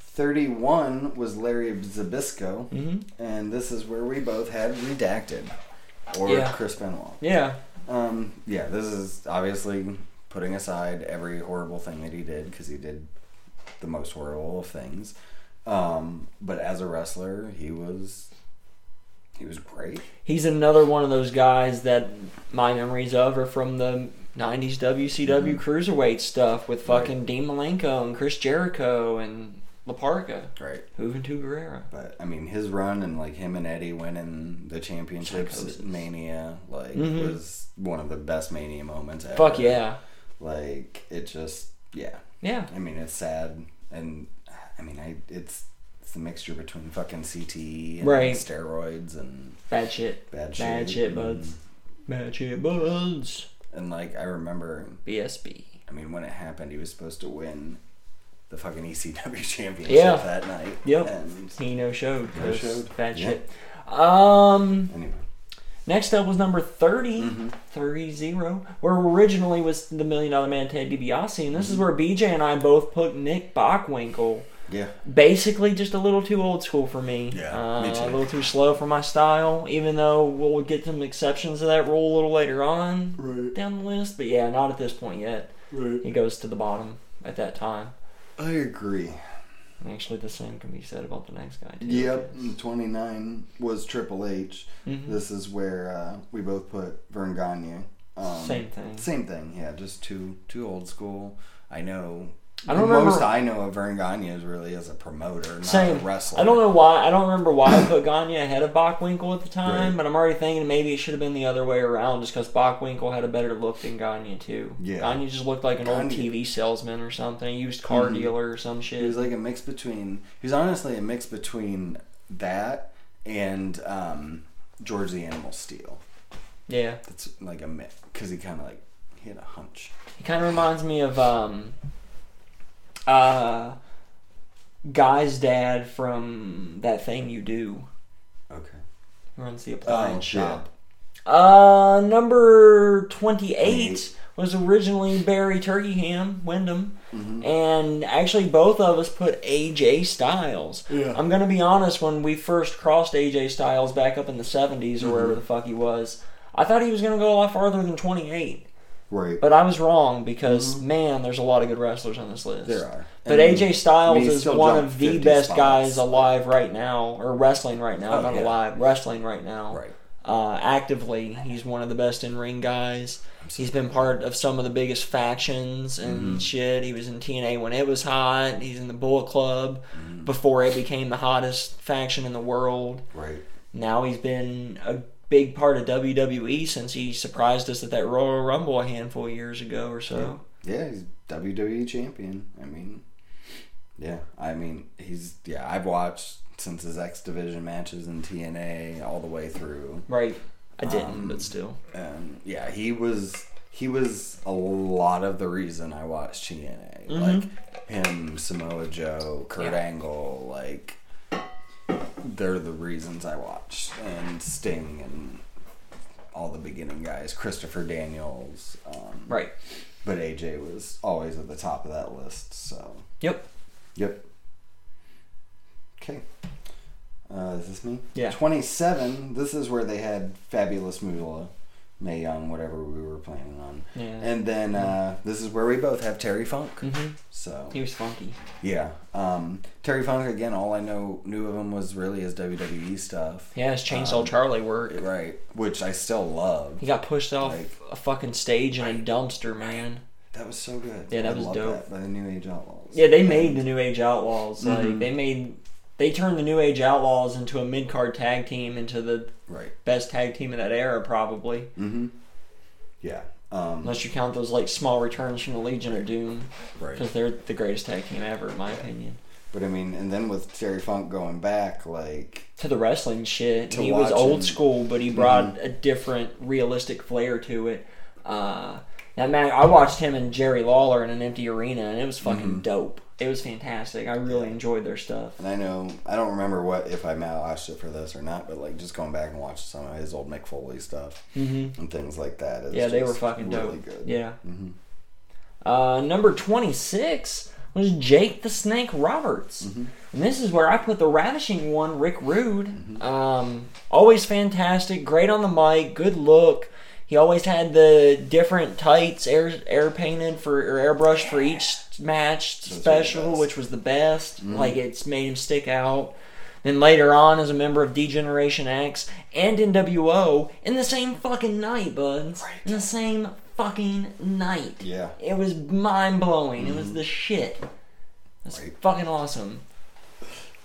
A: 31 was Larry Zabisco,
B: hmm
A: and this is where we both had redacted or
B: Yeah.
A: Chris Benoit.
B: Yeah.
A: Um, yeah, this is obviously putting aside every horrible thing that he did because he did the most horrible of things. Um, but as a wrestler, he was he was great.
B: he's another one of those guys that my memories of are from the 90s WCW
A: Mm-hmm.
B: cruiserweight stuff with fucking Dean Malenko and Chris Jericho and Laparca,
A: Right.
B: Juventud Guerrera.
A: But I mean, his run and like him and Eddie winning the championships
B: Psychosis.
A: at Mania like
B: Mhm.
A: was one of the best Mania moments ever.
B: Fuck yeah.
A: Like it just yeah.
B: Yeah.
A: I mean, it's sad, and I mean, I it's it's the mixture between fucking CTE and
B: Right.
A: steroids and
B: Bad shit.
A: bad shit,
B: Bad shit,
A: and-
B: buds. Bad shit, buds.
A: And, like I remember,
B: BSB.
A: I mean, when it happened, he was supposed to win the fucking ECW championship
B: Yeah.
A: that night.
B: Yep.
A: And
B: He no showed.
A: No
B: 'cause
A: showed.
B: Bad
A: Yeah.
B: shit. Um,
A: anyway,
B: next up was number 30.
A: Mhm.
B: 3-0, where originally was the Million Dollar Man Ted DiBiase, and this
A: Mm-hmm.
B: is where BJ and I both put Nick Bockwinkel.
A: yeah,
B: Basically, just a little too old school for me.
A: Yeah, me
B: Uh,
A: too.
B: A little too slow for my style, even though we'll get some exceptions to that rule a little later on
A: right,
B: down the list. But yeah, not at this point yet.
A: right.
B: He goes to the bottom at that time.
A: I agree.
B: And actually, the same can be said about the next guy, too.
A: Yep. Twenty nine was Triple H.
B: Mhm.
A: This is where uh, we both put Vern Gagne. Um,
B: Same thing.
A: Same thing, yeah. Just too too old school. I know.
B: I don't
A: the
B: remember-
A: most I know of Vern Gagne is really as a promoter, not
B: Same.
A: a wrestler.
B: I don't know why. I don't remember why I put Gagne ahead of Bockwinkel at the time,
A: Right.
B: but I'm already thinking maybe it should have been the other way around, just because Bockwinkel had a better look than Gagne too.
A: Yeah.
B: Gagne just looked like an old
A: Gagne-
B: TV salesman or something, used car
A: Mhm.
B: dealer or some
A: He was
B: shit.
A: like a mix between. He was honestly a mix between that and um, George the Animal Steel.
B: Yeah,
A: That's like a mix because he kind of like he had a hunch.
B: he kind of reminds me of um, uh, guy's dad from that thing you do.
A: Okay.
B: He runs the
A: Oh,
B: appliance
A: shop.
B: shop. Uh, number 28 was originally Barry Turkeyham, Wyndham.
A: Mm-hmm.
B: And actually, both of us put AJ Styles.
A: Yeah.
B: I'm going to be honest, when we first crossed AJ Styles back up in the 70s
A: Mm-hmm.
B: or wherever the fuck he was, I thought he was going to go a lot farther than 28.
A: Right.
B: But I was wrong because, man, there's a lot of good wrestlers on this list.
A: Mm-hmm. there are.
B: But
A: And
B: AJ Styles
A: he's
B: is
A: still
B: one
A: jumped
B: of the
A: 50
B: best
A: spots.
B: guys alive right now, or wrestling right now,
A: Oh,
B: not
A: yeah.
B: alive, wrestling right now
A: Right.
B: uh, actively. He's one of the best in ring guys. He's been part of some of the biggest factions and
A: Mm-hmm.
B: shit. He was in TNA when it was hot. He's in the Bullet Club
A: Mm-hmm.
B: before it became the hottest faction in the world.
A: Right.
B: Now he's been a big part of WWE since he surprised us at that Royal Rumble a handful of years ago or so.
A: Yeah, he's WWE champion. I mean, yeah, I mean, he's yeah. I've watched since his X Division matches in TNA all the way through,
B: Right. I didn't,
A: Um,
B: but still.
A: and yeah, he was he was a lot of the reason I watched TNA, like him, Samoa Joe, Kurt
B: Mm-hmm. Yeah.
A: Angle, like they're the reasons I watched, and Sting and all the beginning guys, Christopher Daniels, um,
B: Right.
A: but AJ was always at the top of that list. So,
B: Yep.
A: yep. Okay. Uh, is this me?
B: Yeah.
A: 27. This is where they had Fabulous Moolah, May Young, whatever we were planning on.
B: Yeah.
A: And then uh, this is where we both have Terry Funk.
B: hmm
A: So,
B: He was funky.
A: yeah. Um, Terry Funk, again, all I know knew of him was really his WWE stuff.
B: Yeah, his Chainsaw Charlie work.
A: Right. Which I still love.
B: He got pushed off
A: Like-
B: a fucking stage in a dumpster, man.
A: That was so good.
B: Yeah, that
A: I
B: was
A: love
B: dope.
A: That by the New Age Outlaws.
B: Yeah, they made the New Age Outlaws. Like
A: Mhm.
B: they made they turned the New Age Outlaws into a mid card tag team into the
A: Right.
B: best tag team of that era probably.
A: Mm-hmm. Yeah. Um,
B: Unless you count those like small returns from the Legion of Doom
A: right.
B: because they're the greatest tag team ever in my opinion.
A: But I mean, and then with Terry Funk going back, like
B: to the wrestling shit.
A: To
B: he was
A: watch
B: old
A: him.
B: school, but he brought a different realistic flair to it. Uh, that man, I watched him and Jerry Lawler in an empty arena, and it was fucking dope. It was fantastic. I really enjoyed their stuff.
A: And I know I don't remember what if I watched it for this or not, but like just going back and watching some of his old Mick Foley stuff and things like that. It's
B: Mm-hmm. Yeah, they were
A: just
B: fucking dope.
A: really good. Mm-hmm.
B: Yeah. Uh, number 26 was Jake the Snake Roberts.
A: Mm-hmm.
B: And this is where I put the ravishing one, Rick Rude.
A: Mm-hmm.
B: Um, always fantastic, great on the mic, good look. He always had the different tights air air painted for or airbrushed for each match
A: the
B: special,
A: best.
B: which was the best.
A: Mm-hmm.
B: Like it's made him stick out. Then later on, as a member of Degeneration X and NWO in the same fucking night, buds. In the same fucking night.
A: Yeah. Mm-hmm.
B: It was mind blowing. It was the shit. That's
A: Right.
B: fucking awesome.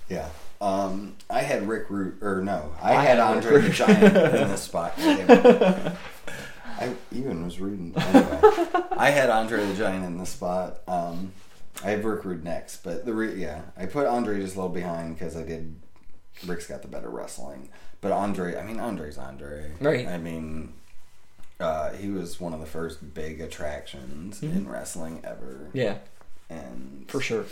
A: Yeah. Um, I had Rick Root, or no, I,
B: I
A: had,
B: had
A: Andre
B: Rick
A: the
B: Rude.
A: Giant in this spot. I even was rooting. Anyway, I had Andre the Giant in this spot. Um, I have Rick Rude next, but the re- yeah, I put Andre just a little behind because I did. Rick's got the better wrestling, but Andre, I mean Andre's Andre.
B: Right.
A: I mean, uh, he was one of the first big attractions in wrestling ever.
B: Mm-hmm. Yeah,
A: And
B: for sure.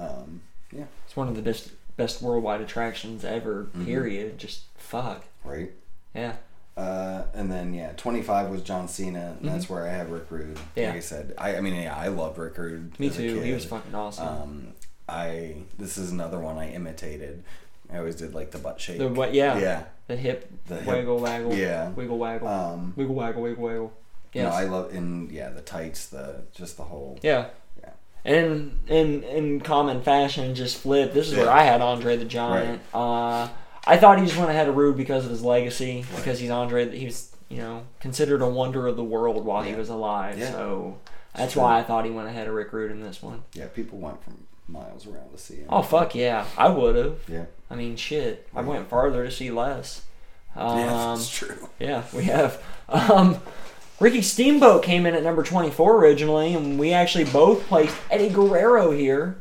A: um, yeah,
B: It's one of the best best worldwide attractions ever.
A: Mm-hmm.
B: Period. Just fuck.
A: right.
B: Yeah.
A: Uh, and then yeah, 25 was John Cena, and that's where I had Rick Rude.
B: Mm-hmm. Yeah.
A: Like I said, I, I mean, yeah, I loved Rick Rude.
B: Me
A: as a
B: too. He
A: kid.
B: was fucking awesome.
A: Um, I this is another one I imitated. I always did like the butt shake.
B: the what? Yeah.
A: Yeah.
B: The hip
A: The hip-
B: waggle waggle.
A: yeah.
B: Wiggle waggle.
A: Um,
B: wiggle waggle wiggle waggle.
A: yeah.
B: Yes.
A: No, I love and yeah, the tights, the just the whole.
B: Yeah.
A: Yeah.
B: And in in common fashion, just flip. This is where
A: Yeah.
B: I had Andre the Giant. Uh, I thought he just went ahead of Rude because of his legacy,
A: Right.
B: because he's Andre. He was you know considered a wonder of the world while he
A: Yeah.
B: was alive.
A: Yeah.
B: So that's
A: true.
B: why I thought he went ahead of Rick Rude in this one.
A: Yeah, people went from miles around to see him.
B: Oh fuck yeah, I would have.
A: Yeah.
B: I mean shit, I went farther to see less. Um,
A: yeah, that's true.
B: yeah, we have. Um, Ricky Steamboat came in at number 24 originally, and we actually both placed Eddie Guerrero here.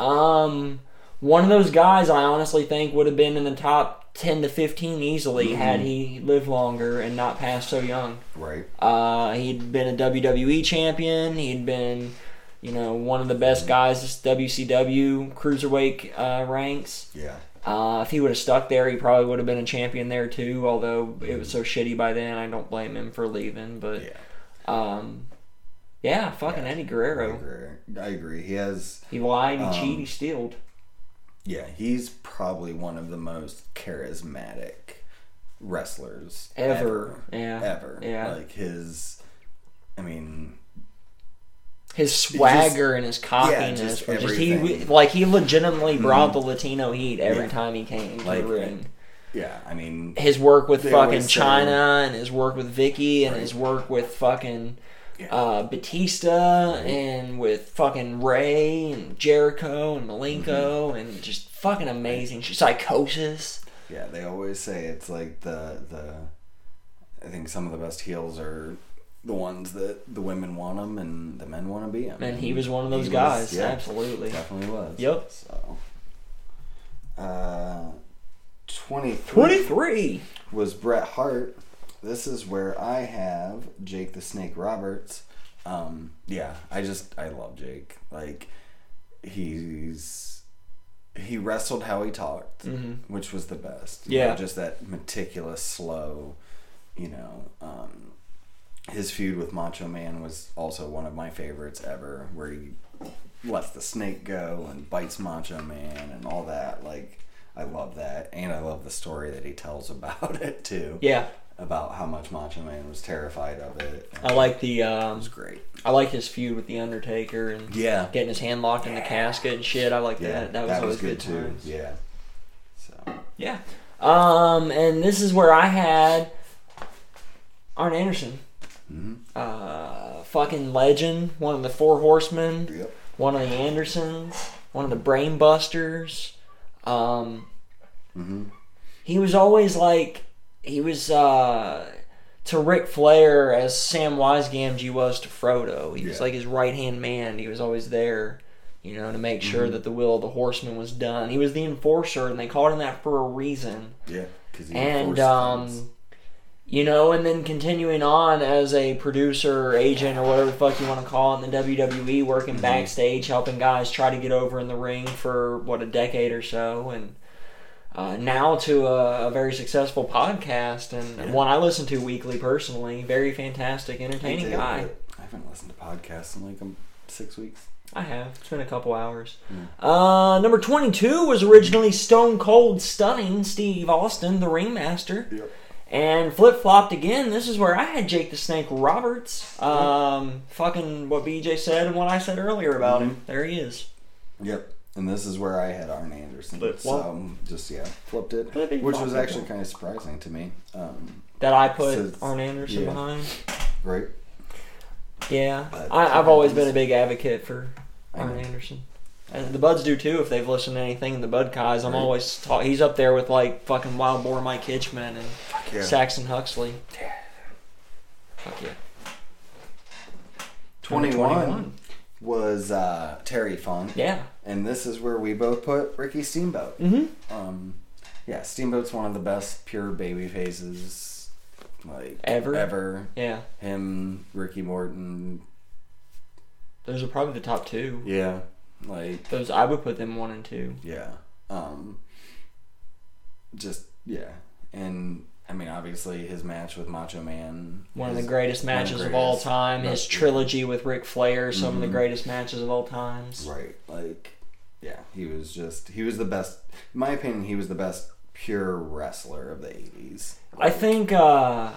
B: Um, one of those guys I honestly think would have been in the top 10 to 15 easily had he lived longer and not passed so young.
A: Right.
B: Uh, he'd been a WWE champion. He'd been, you know, one of the best guys this WCW cruiserweight uh, ranks.
A: Yeah.
B: Uh, if he would have stuck there, he probably would have been a champion there too. Although it was so shitty by then, I don't blame him for leaving. But
A: Yeah.
B: um, yeah, fucking Eddie
A: I
B: Guerrero.
A: agree. I agree. He has.
B: He lied, he
A: Um,
B: cheated, he stealed.
A: Yeah, he's probably one of the most charismatic wrestlers
B: Ever. Yeah.
A: ever.
B: Yeah.
A: Like his, I mean,
B: His swagger and his cockiness
A: just
B: were just he
A: everything. Mm-hmm.
B: like he legitimately brought the Latino heat every
A: Yeah.
B: time he came to
A: Like,
B: the ring.
A: yeah, I mean,
B: His work with
A: They
B: fucking
A: always say-
B: China and his work with Vicky and his work with fucking uh, Batista and with fucking Ray and Jericho and
A: Mm-hmm.
B: Malenko and just fucking amazing shit. psychosis.
A: yeah, they always say it's like the the. I think some of the best heels are the ones that the women want them and the men want to be them.
B: And he was one of those
A: He was-
B: guys.
A: yeah,
B: Absolutely.
A: definitely was.
B: Yep.
A: So, uh, twenty three.
B: 23.
A: was Bret Hart. This is where I have Jake the Snake Roberts. Um, yeah, I just I love Jake. Like he's he wrestled how he talked, which was the best. You
B: Yeah.
A: know, just that meticulous, slow. You know, um, his feud with Macho Man was also one of my favorites ever, where he lets the snake go and bites Macho Man and all that. Like, I love that. And I love the story that he tells about it, too.
B: Yeah.
A: About how much Macho Man was terrified of it.
B: I like the
A: It
B: um,
A: was great.
B: I like his feud with the Undertaker and
A: Yeah.
B: getting his hand locked in the casket and shit. I like
A: Yeah.
B: that. That was always good, too.
A: Yeah. So,
B: Yeah. Um, and this is where I had Arn Anderson.
A: Mhm.
B: Uh, fucking legend, one of the four horsemen,
A: yep.
B: one of the Andersons, one of the brain busters. Um,
A: Mm-hmm.
B: he was always like he was uh to Ric Flair as Sam Wise Gamgee was to Frodo. He was
A: Yeah.
B: like his right hand man. He was always there. you know, to make
A: Mm-hmm.
B: sure that the will of the horseman was done. He was the enforcer, and they called him that for a reason.
A: Yeah, because
B: and um, you know, and then continuing on as a producer, or agent, or whatever the fuck you want to call it in the WWE, working backstage, helping guys try to get over in the ring for what a decade or so, and uh, now to a, a very successful podcast and one I listen to weekly personally. Very fantastic, entertaining guy.
A: I haven't listened to podcasts in like um, six weeks.
B: I have. It's been a couple hours. Uh, number 22 was originally Stone Cold Stunning Steve Austin, the ringmaster.
A: Yep.
B: And flip flopped again. This is where I had Jake the Snake Roberts. Um, fucking what BJ said and what I said earlier about him. There he is.
A: Yep. And this is where I had Arn Anderson.
B: But-
A: so um, just yeah, flipped it,
B: But they
A: which was
B: flopped it.
A: actually kind of surprising to me. Um,
B: That I put
A: So it's-
B: Arn Anderson
A: yeah.
B: behind.
A: right?
B: Yeah.
A: But-
B: I, I've always been a big advocate for
A: Uh, I
B: Arn
A: know.
B: Anderson. And the Buds do too, if they've listened to anything in the Bud Guys. I'm
A: Right.
B: always taught. He's up there with like fucking Wild Boar Mike Hitchman and
A: Yeah.
B: Saxon Huxley. Fuck yeah. Number
A: 21 was uh, Terry Funk.
B: Yeah.
A: And this is where we both put Ricky Steamboat.
B: Mm-hmm.
A: Um, yeah, Steamboat's one of the best pure baby faces like
B: Ever?
A: Ever.
B: Yeah.
A: Him, Ricky Morton.
B: Those are probably the top two.
A: Yeah. Like
B: Those I would put them one and two.
A: yeah. Um just yeah. And I mean obviously his match with Macho Man.
B: One of
A: is-
B: the greatest
A: one of the
B: matches of all
A: greatest. Mm-hmm.
B: time.
A: That's-
B: His trilogy with Ric Flair, some of the greatest matches of all times.
A: Right. Like yeah, he was just he was the best in my opinion, he was the best pure wrestler of the eighties.
B: I think uh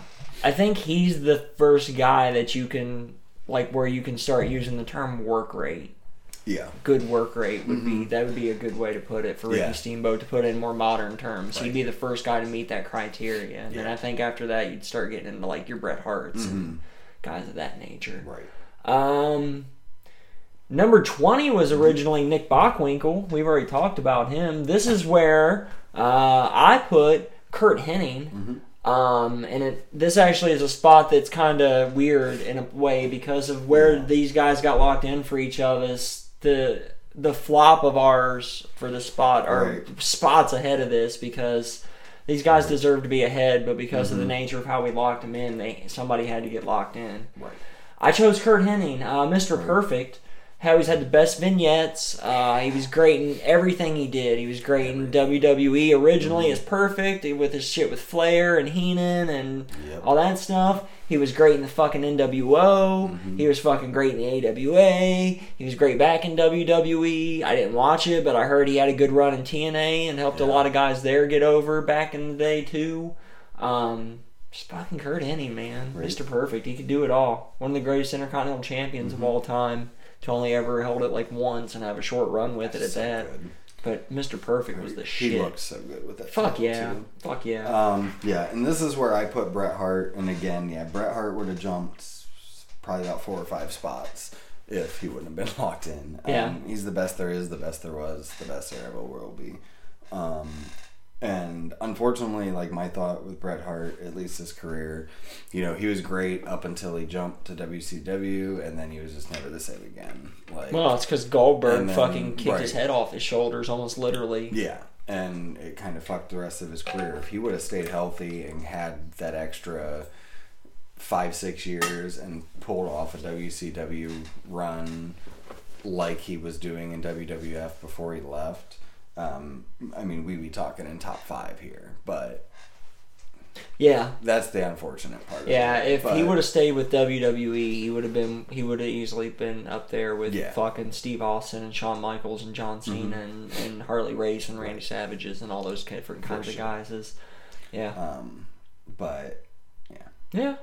B: I think he's the first guy that you can like where you can start using the term work rate.
A: Yeah.
B: Good work rate would be that would be a good way to put it for Ricky
A: Mm-hmm. Yeah.
B: Steamboat to put it in more modern terms. He'd be the first guy to meet that criteria. And
A: Yeah.
B: then
A: Mm-hmm.
B: I think after that you'd start getting into like your Bret Harts and guys of that nature.
A: Right.
B: Um, number 20 was originally Nick Bockwinkel. We've already talked about him. This is where uh, I put Kurt Hennig. Um, and it, this actually is a spot that's kind of weird in a way because of where these guys got locked in for each of us. The the flop of ours for the spot are
A: Right.
B: spots ahead of this because these guys deserve to be ahead, but because of the nature of how we locked them in, they somebody had to get locked in.
A: Right.
B: I chose Kurt Hennig, uh, Mr. Perfect. He always had the best vignettes. Uh, he was great in everything he did. He was great in WWE originally as Perfect with his shit with Flair and Heenan and
A: Yep.
B: all that stuff. He was great in the fucking NWO. He was fucking great in the AWA. He was great back in WWE. I didn't watch it, but I heard he had a good run in TNA and helped a lot of guys there get over back in the day too. Um, just fucking Kurt Hennig, man,
A: Right.
B: Mr. Perfect. He could do it all. One of the greatest intercontinental champions
A: Mm-hmm.
B: of all time. To only ever held it like once and have a short run with it at
A: So
B: that.
A: good.
B: But Mr. Perfect was the shit.
A: He looked so good with that.
B: Fuck
A: shirt,
B: yeah.
A: too.
B: Fuck yeah.
A: Um, yeah, and this is where I put Bret Hart, and again, yeah, Bret Hart would have jumped probably about four or five spots if he wouldn't have been locked in.
B: Yeah.
A: Um, he's the best there is, the best there was, the best there ever will be. Um, and unfortunately, like my thought with Bret Hart, at least his career, you know, he was great up until he jumped to WCW, and then he was just never the same again. Like,
B: Well, it's because Goldberg
A: And then-
B: fucking kicked his
A: right.
B: head off his shoulders, almost literally.
A: Yeah, and it kind of fucked the rest of his career. If he would have stayed healthy and had that extra five, six years and pulled off a WCW run like he was doing in WWF before he left, um, I mean, we'd be talking in top five here. But
B: Yeah,
A: that's the unfortunate part.
B: yeah.
A: of it.
B: If he
A: But-
B: would have stayed with WWE, he would have been. He would have easily been up there with
A: Yeah. Mm-hmm.
B: fucking Steve Austin and Shawn Michaels and John Cena and, and Harley Race and Randy Savages and all those different kinds of
A: sure.
B: guys. Is yeah,
A: Um, but. yeah,
B: yeah.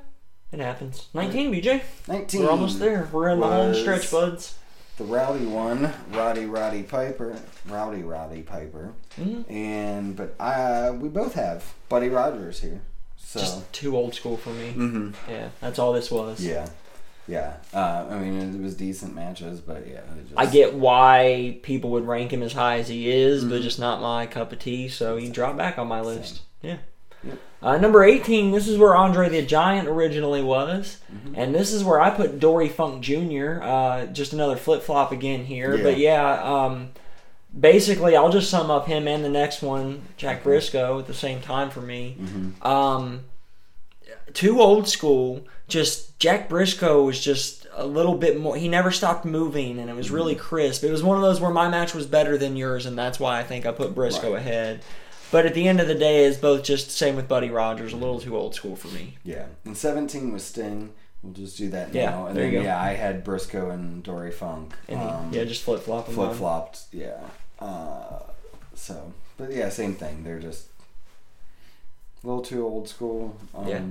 B: It happens. Nineteen, BJ.
A: 19
B: We're almost there. We're in the home
A: was-
B: stretch, buds.
A: the rowdy one, Roddy Roddy Piper, Rowdy Roddy Piper,
B: Mm-hmm.
A: and but uh, we both have Buddy Rogers here, so
B: Just too old school for me.
A: hmm
B: Yeah, that's all this was.
A: yeah, yeah. Uh, I mean, it was decent matches, but yeah, it just,
B: I get why people
A: Mm-hmm.
B: would rank him as high as he is, but just not my cup of tea. So he dropped back on my list. Yeah. Uh, number 18, this is where Andre the Giant originally was. And this is where I put Dory Funk Jr. Uh, just another flip flop again here.
A: Yeah.
B: But yeah, um, basically, I'll just sum up him and the next one, Jack Briscoe, at the same time for me. Um, too old school. Just Jack Briscoe was just a little bit more. He never stopped moving, and it was really crisp. It was one of those where my match was better than yours, and that's why I think I put Briscoe ahead. But at the end of the day, it's both just same with Buddy Rogers. A little too old school for me.
A: Yeah. And 17 was Sting. We'll just do that
B: Yeah,
A: now. And
B: there
A: then,
B: you go.
A: yeah, I had Briscoe and Dory Funk.
B: And he-
A: Um,
B: yeah, just flip flop.
A: Flip flopped. Yeah. Uh, so, but yeah, same thing. They're just a little too old school. Um,
B: Yeah.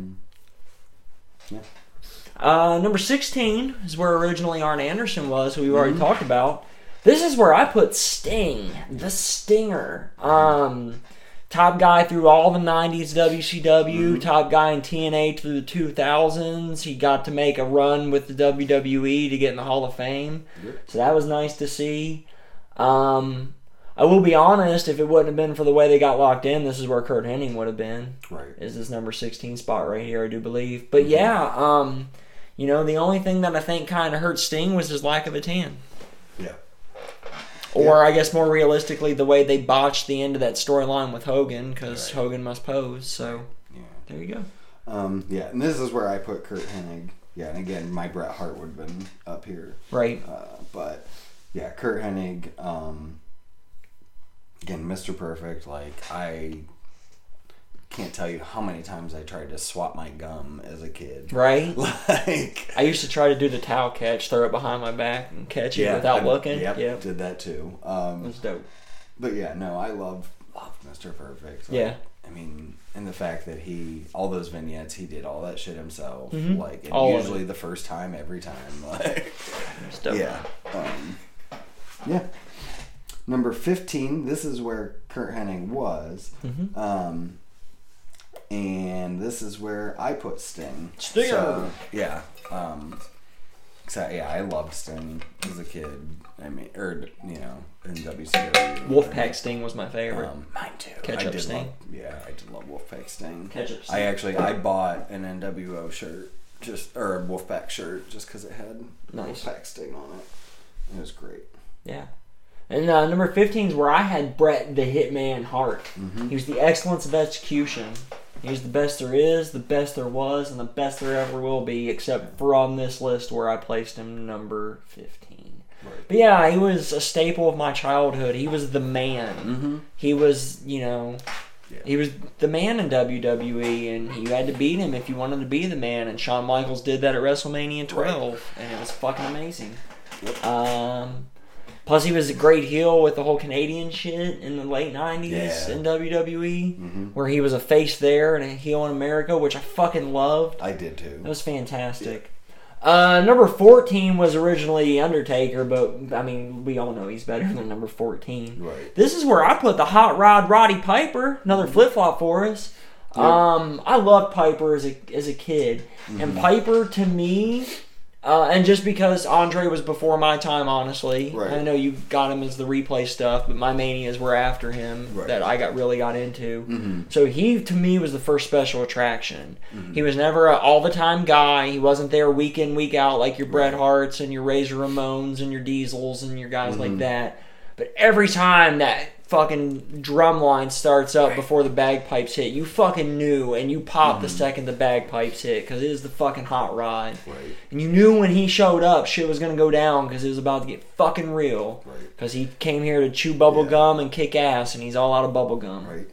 B: Uh, number 16 is where originally Arn Anderson was, who we've already talked about. This is where I put Sting, the Stinger. Um, top guy through all the 90s WCW, top guy in TNA through the 2000s. He got to make a run with the WWE to get in the Hall of Fame.
A: Yep.
B: So that was nice to see. Um, I will be honest, if it wouldn't have been for the way they got locked in, this is where Kurt Hennig would have been
A: Right.
B: is this number 16 spot right here, I do believe.
A: Mm-hmm.
B: But yeah, um, you know, the only thing that I think kind of hurt Sting was his lack of a tan.
A: Yeah.
B: Or I guess more realistically, the way they botched the end of that storyline with Hogan because
A: Right.
B: Hogan must pose. So
A: Yeah.
B: there you go.
A: Um, yeah. And this is where I put Kurt Hennig. Yeah. And again, my Bret Hart would have been up here.
B: Right.
A: Uh, but yeah, Kurt Hennig, um, again, Mr. Perfect. Like I can't tell you how many times I tried to swap my gum as a kid.
B: Right.
A: Like
B: I used to try to do the towel catch, throw it behind my back, and catch it without
A: I-
B: looking.
A: Yep,
B: Yep.
A: did that too.
B: It
A: Um,
B: was dope.
A: but yeah, no, I love love Mr. Perfect. Like,
B: Yeah.
A: I mean, and the fact that he all those vignettes, he did all that shit himself.
B: Mhm.
A: Like, and
B: All of
A: usually the first time, every time. Like,
B: It was dope.
A: Yeah. Um, yeah. Number 15, this is where Kurt Hennig was.
B: Mhm.
A: Um, and this is where I put Sting.
B: Stinger.
A: So, yeah. Um, so, yeah, I loved Sting as a kid. I mean, or, you know, in WCW.
B: Wolfpack Sting was my favorite.
A: Um, mine too.
B: Ketchup
A: I did
B: Sting.
A: Love, yeah, I did love Wolfpack Sting.
B: Ketchup Sting.
A: I actually, I bought an NWO shirt, just or a Wolfpack shirt, just because it had
B: Nice.
A: Wolfpack Sting on it. It was great.
B: Yeah. And uh, number 15 is where I had Brett the Hitman Hart. He was the excellence of execution. He was the best there is, the best there was, and the best there ever will be, except for on this list where I placed him number 15.
A: Right.
B: But yeah, he was a staple of my childhood. He was the man. He was, you know,
A: Mm-hmm. Yeah.
B: he was the man in WWE, and you had to beat him if you wanted to be the man. And Shawn Michaels did that at WrestleMania 12, and it was fucking amazing. Um, plus, he was a great heel with the whole Canadian shit in the late 90s
A: Yeah. Mm-hmm.
B: in WWE, where he was a face there and a heel in America, which I fucking loved.
A: I did too.
B: That was fantastic. Uh, number 14 was originally Undertaker, but I mean, we all know he's better than number 14.
A: Right. Mm-hmm.
B: This is where I put the Hot Rod Roddy Piper, another flip flop for us. Um, I loved Piper as a, as a kid.
A: Mm-hmm.
B: And Piper to me, uh, and just because Andre was before my time, honestly,
A: Right.
B: I know you got him as the replay stuff, but my manias were after him
A: Right.
B: that I got really got into. So he to me was the first special attraction. He was never a all the time guy. He wasn't there week in week out like your Bret Harts and your Razor Ramones and your Diesels and your guys like that. But every time that fucking drum line starts up before the bagpipes hit, you fucking knew and you popped the second the bagpipes hit because it is the fucking hot rod.
A: Right.
B: And you knew when he showed up, shit was gonna go down because it was about to get fucking real.
A: Right.
B: Because he came here to chew bubble
A: Yeah.
B: gum and kick ass, and he's all out of bubble gum.
A: Right.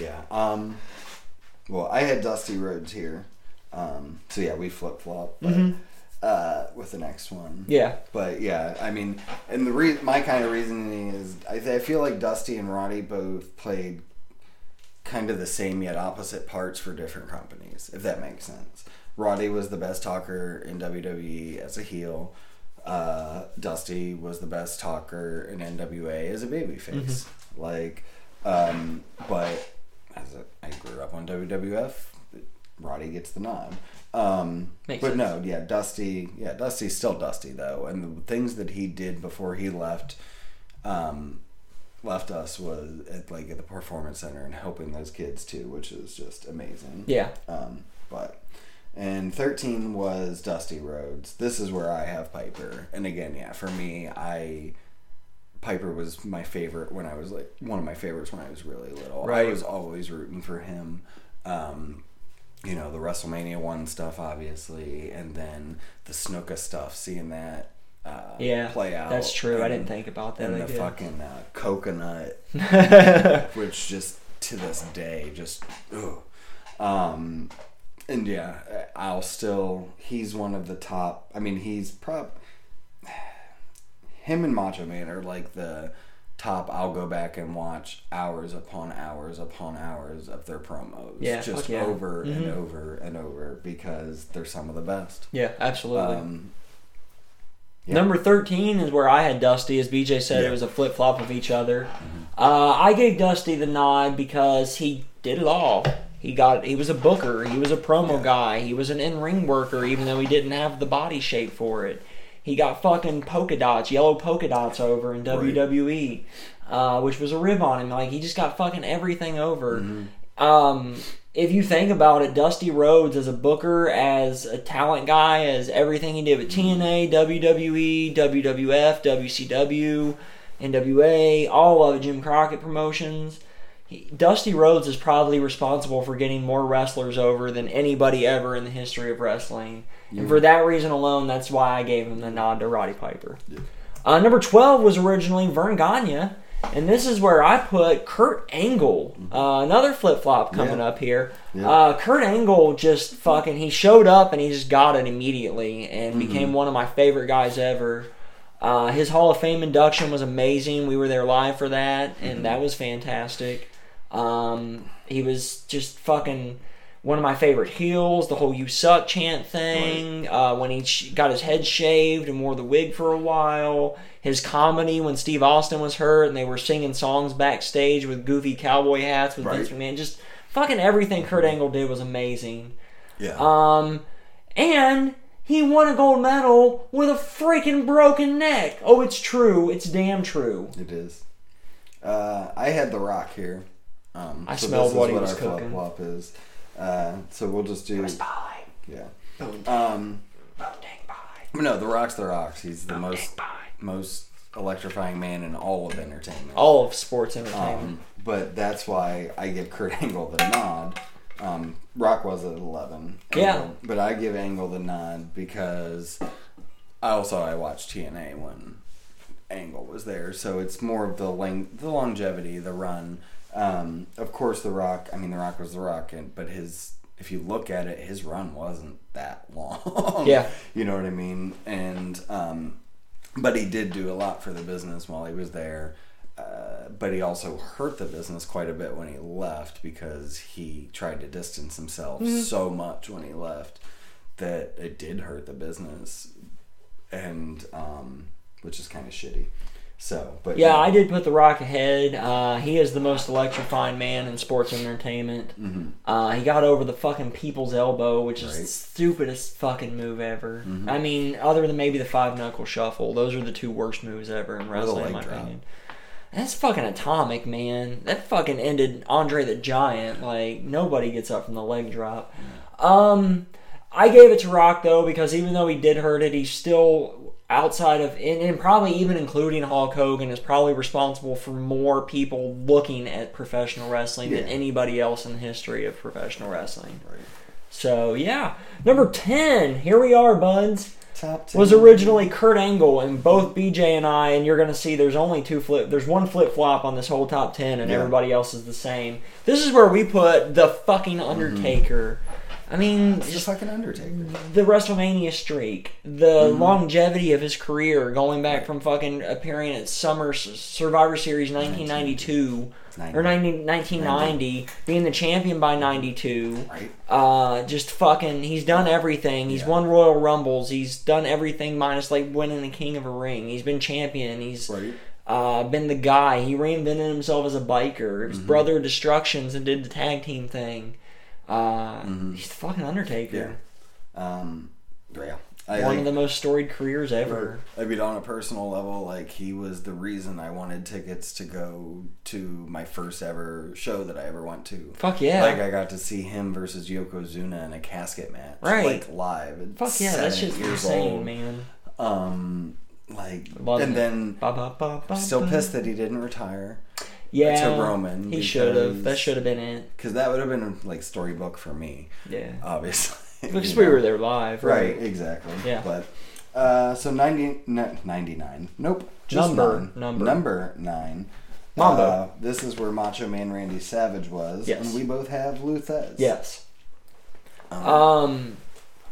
A: Yeah. Um. Well, I had Dusty Rhodes here. Um. So yeah, we flip flop. Uh, with the next one.
B: Mm-hmm. Yeah.
A: But yeah, I mean, and the re- my kind of reasoning is I, I feel like Dusty and Roddy both played kind of the same yet opposite parts for different companies, if that makes sense. Roddy was the best talker in WWE as a heel. Uh, Dusty was the best talker in NWA as a babyface.
B: Mm-hmm.
A: Like, um, but as a, I grew up on WWF, Roddy gets the nod. Um,
B: Makes
A: but
B: sense.
A: no, yeah, Dusty, yeah, Dusty's still Dusty though, and the things that he did before he left um, left us was at like at the performance center and helping those kids too, which is just amazing.
B: Yeah.
A: Um, but and thirteen was Dusty Roads. This is where I have Piper, and again, yeah, for me, I Piper was my favorite when I was like one of my favorites when I was really little.
B: Right.
A: I was always rooting for him. Um, you know the WrestleMania one stuff, obviously, and then the Snuka stuff. Seeing that uh,
B: Yeah.
A: play out.
B: That's true. I
A: and-
B: didn't think about that.
A: and
B: I
A: the
B: did.
A: fucking uh, coconut, which just to this day, just ugh. um, and yeah, I'll still. He's one of the top. I mean, he's prob. Him and Macho Man are like the top. I'll go back and watch hours upon hours upon hours of their promos,
B: Yeah,
A: just
B: fuck yeah.
A: over and
B: Mhm.
A: over and over because they're some of the best.
B: yeah, absolutely.
A: Um, yeah.
B: Number 13 is where I had Dusty. As BJ said,
A: Yeah. Mm-hmm.
B: it was a flip flop of each other. Uh, I gave Dusty the nod because he did it all. He got he was a booker, he was a promo guy, he was an in ring worker, even though he didn't have the body shape for it. He got fucking polka dots, yellow polka dots over in WWE, uh, which was a rib on him. Like he just got fucking everything over.
A: Mm-hmm.
B: Um, if you think about it, Dusty Rhodes as a booker, as a talent guy, as everything he did with TNA, WWE, WWF, WCW, NWA, all of it, Jim Crockett Promotions. He, Dusty Rhodes is probably responsible for getting more wrestlers over than anybody ever in the history of wrestling. And for that reason alone, that's why I gave him the nod to Roddy Piper. Uh, number 12 was originally Vern Gagne. And this is where I put Kurt Angle. Uh, another flip flop coming
A: Mm-hmm. Yeah.
B: up here.
A: Yeah.
B: Uh, Kurt Angle just fucking, he showed up and he just got it immediately and
A: Mm-hmm.
B: became one of my favorite guys ever. Uh, his Hall of Fame induction was amazing. We were there live for that, and
A: Mm-hmm.
B: that was fantastic. Um, he was just fucking one of my favorite heels. The whole "You suck" chant thing. Uh, when he sh- got his head shaved and wore the wig for a while. His comedy when Steve Austin was hurt and they were singing songs backstage with goofy cowboy hats with
A: Right.
B: Vince McMahon. Just fucking everything Kurt Angle did was amazing.
A: yeah.
B: Um, and he won a gold medal with a freaking broken neck. Oh, it's true. It's damn true.
A: It is. Uh, I had the rock here. Um,
B: I smelled what he was
A: flip
B: cooking.
A: flop is. Uh, so we'll just do
B: Pie.
A: yeah.
B: Boom,
A: Um,
B: boom, dang pie.
A: no, the rock's the rocks. He's the most
B: Pie.
A: most electrifying man in all of entertainment.
B: All of sports entertainment.
A: Um, but that's why I give Kurt Angle the nod. Um, Rock was at eleven.
B: Yeah.
A: Angle- But I give Angle the nod because I also I watched TNA when Angle was there, so it's more of the lang- the longevity, the run. Um, of course, The Rock. I mean, The Rock was The Rock, and but his if you look at it, his run wasn't that long.
B: Yeah.
A: you know what I mean. And um, but he did do a lot for the business while he was there. Uh, but he also hurt the business quite a bit when he left because he tried to distance himself
B: Mm-hmm.
A: so much when he left that it did hurt the business, and um, which is kind of shitty. So, but
B: yeah, I did put The Rock ahead. Uh, he is the most electrifying man in sports entertainment. Uh, he got over the fucking people's elbow, which is the
A: Mm-hmm. Right. Mm-hmm.
B: stupidest fucking move ever. I mean, other than maybe the five knuckle shuffle, those are the two worst moves ever in wrestling, in
A: leg
B: my
A: drop.
B: opinion. That's fucking atomic, man. That fucking ended Andre the Giant. Like nobody gets up from the leg drop. Um, I gave it to Rock though because even though he did hurt it, he's still outside of and, and probably even including Hulk Hogan is probably responsible for more people looking at professional wrestling than
A: Yeah.
B: anybody else in the history of professional wrestling.
A: Right.
B: So yeah, number ten. Here we are, buds
A: top 10.
B: was originally Kurt Angle, and both BJ and I, and you're gonna see there's only two flip, there's one flip flop on this whole top ten, and
A: Yeah.
B: everybody else is the same. This is where we put the fucking Undertaker. I mean,
A: It's
B: just
A: just like an Undertaker.
B: the WrestleMania streak, the longevity of his career, going back from fucking appearing at Summer Survivor Series 1992 or 90, 1990, being the champion by 92
A: Right.
B: uh, just fucking. He's done everything. He's
A: Yeah.
B: won Royal Rumbles. He's done everything minus like winning the King of a Ring. He's been champion. He's
A: Right.
B: uh, been the guy. He reinvented himself as a biker.
A: Mm-hmm.
B: His brother Destructions and did the tag team
A: Mm-hmm.
B: thing. Uh, He's the fucking Undertaker.
A: Um, yeah. I,
B: one
A: like,
B: of the most storied careers ever.
A: I mean, on a personal level, like he was the reason I wanted tickets to go to my first ever show that I ever went to.
B: Fuck yeah.
A: Like I got to see him versus Yokozuna in a casket match,
B: Right.
A: Like live. at
B: Fuck yeah,
A: seven,
B: that shit's
A: eight years
B: insane,
A: old.
B: man.
A: Um, like,
B: Love
A: and
B: it.
A: then
B: Ba, ba, ba, ba,
A: still
B: ba.
A: pissed that he didn't retire
B: yeah,
A: to Roman
B: He should have.
A: because-
B: That should have been it.
A: because that would have been like storybook for me,
B: Yeah.
A: obviously.
B: because
A: Uh, you
B: we
A: know?
B: were there live,
A: Right, exactly.
B: Yeah.
A: But uh, so 90, n- 99. Nope. Just
B: Number-
A: nine.
B: number.
A: Number nine.
B: Mambo.
A: Uh, this is where Macho Man Randy Savage was.
B: Yes.
A: And we both have Luthez.
B: Yes.
A: Um,
B: Um,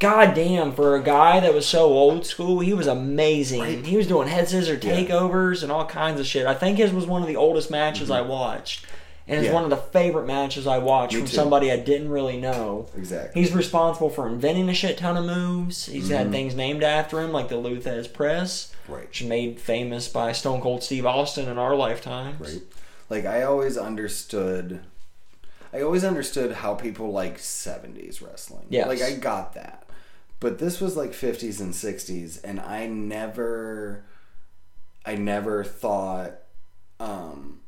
B: God damn, for a guy that was so old school, he was amazing.
A: Right.
B: He was doing head scissor
A: Yeah.
B: takeovers and all kinds of shit. I think his was one of the oldest matches I watched. And it's
A: Mm-hmm. Yeah.
B: one of the favorite matches I watched
A: Me
B: from
A: too.
B: somebody I didn't really know.
A: Exactly. Mm-hmm.
B: He's responsible for inventing a shit ton of moves. He's had things named after him, like the Luthez Press,
A: right.
B: which made famous by Stone Cold Steve Austin in our lifetimes.
A: Right. Like, I always understood. I always understood how people like 70s wrestling.
B: Yes.
A: Like, I got that. But this was like 50s and 60s, and I never. I never thought um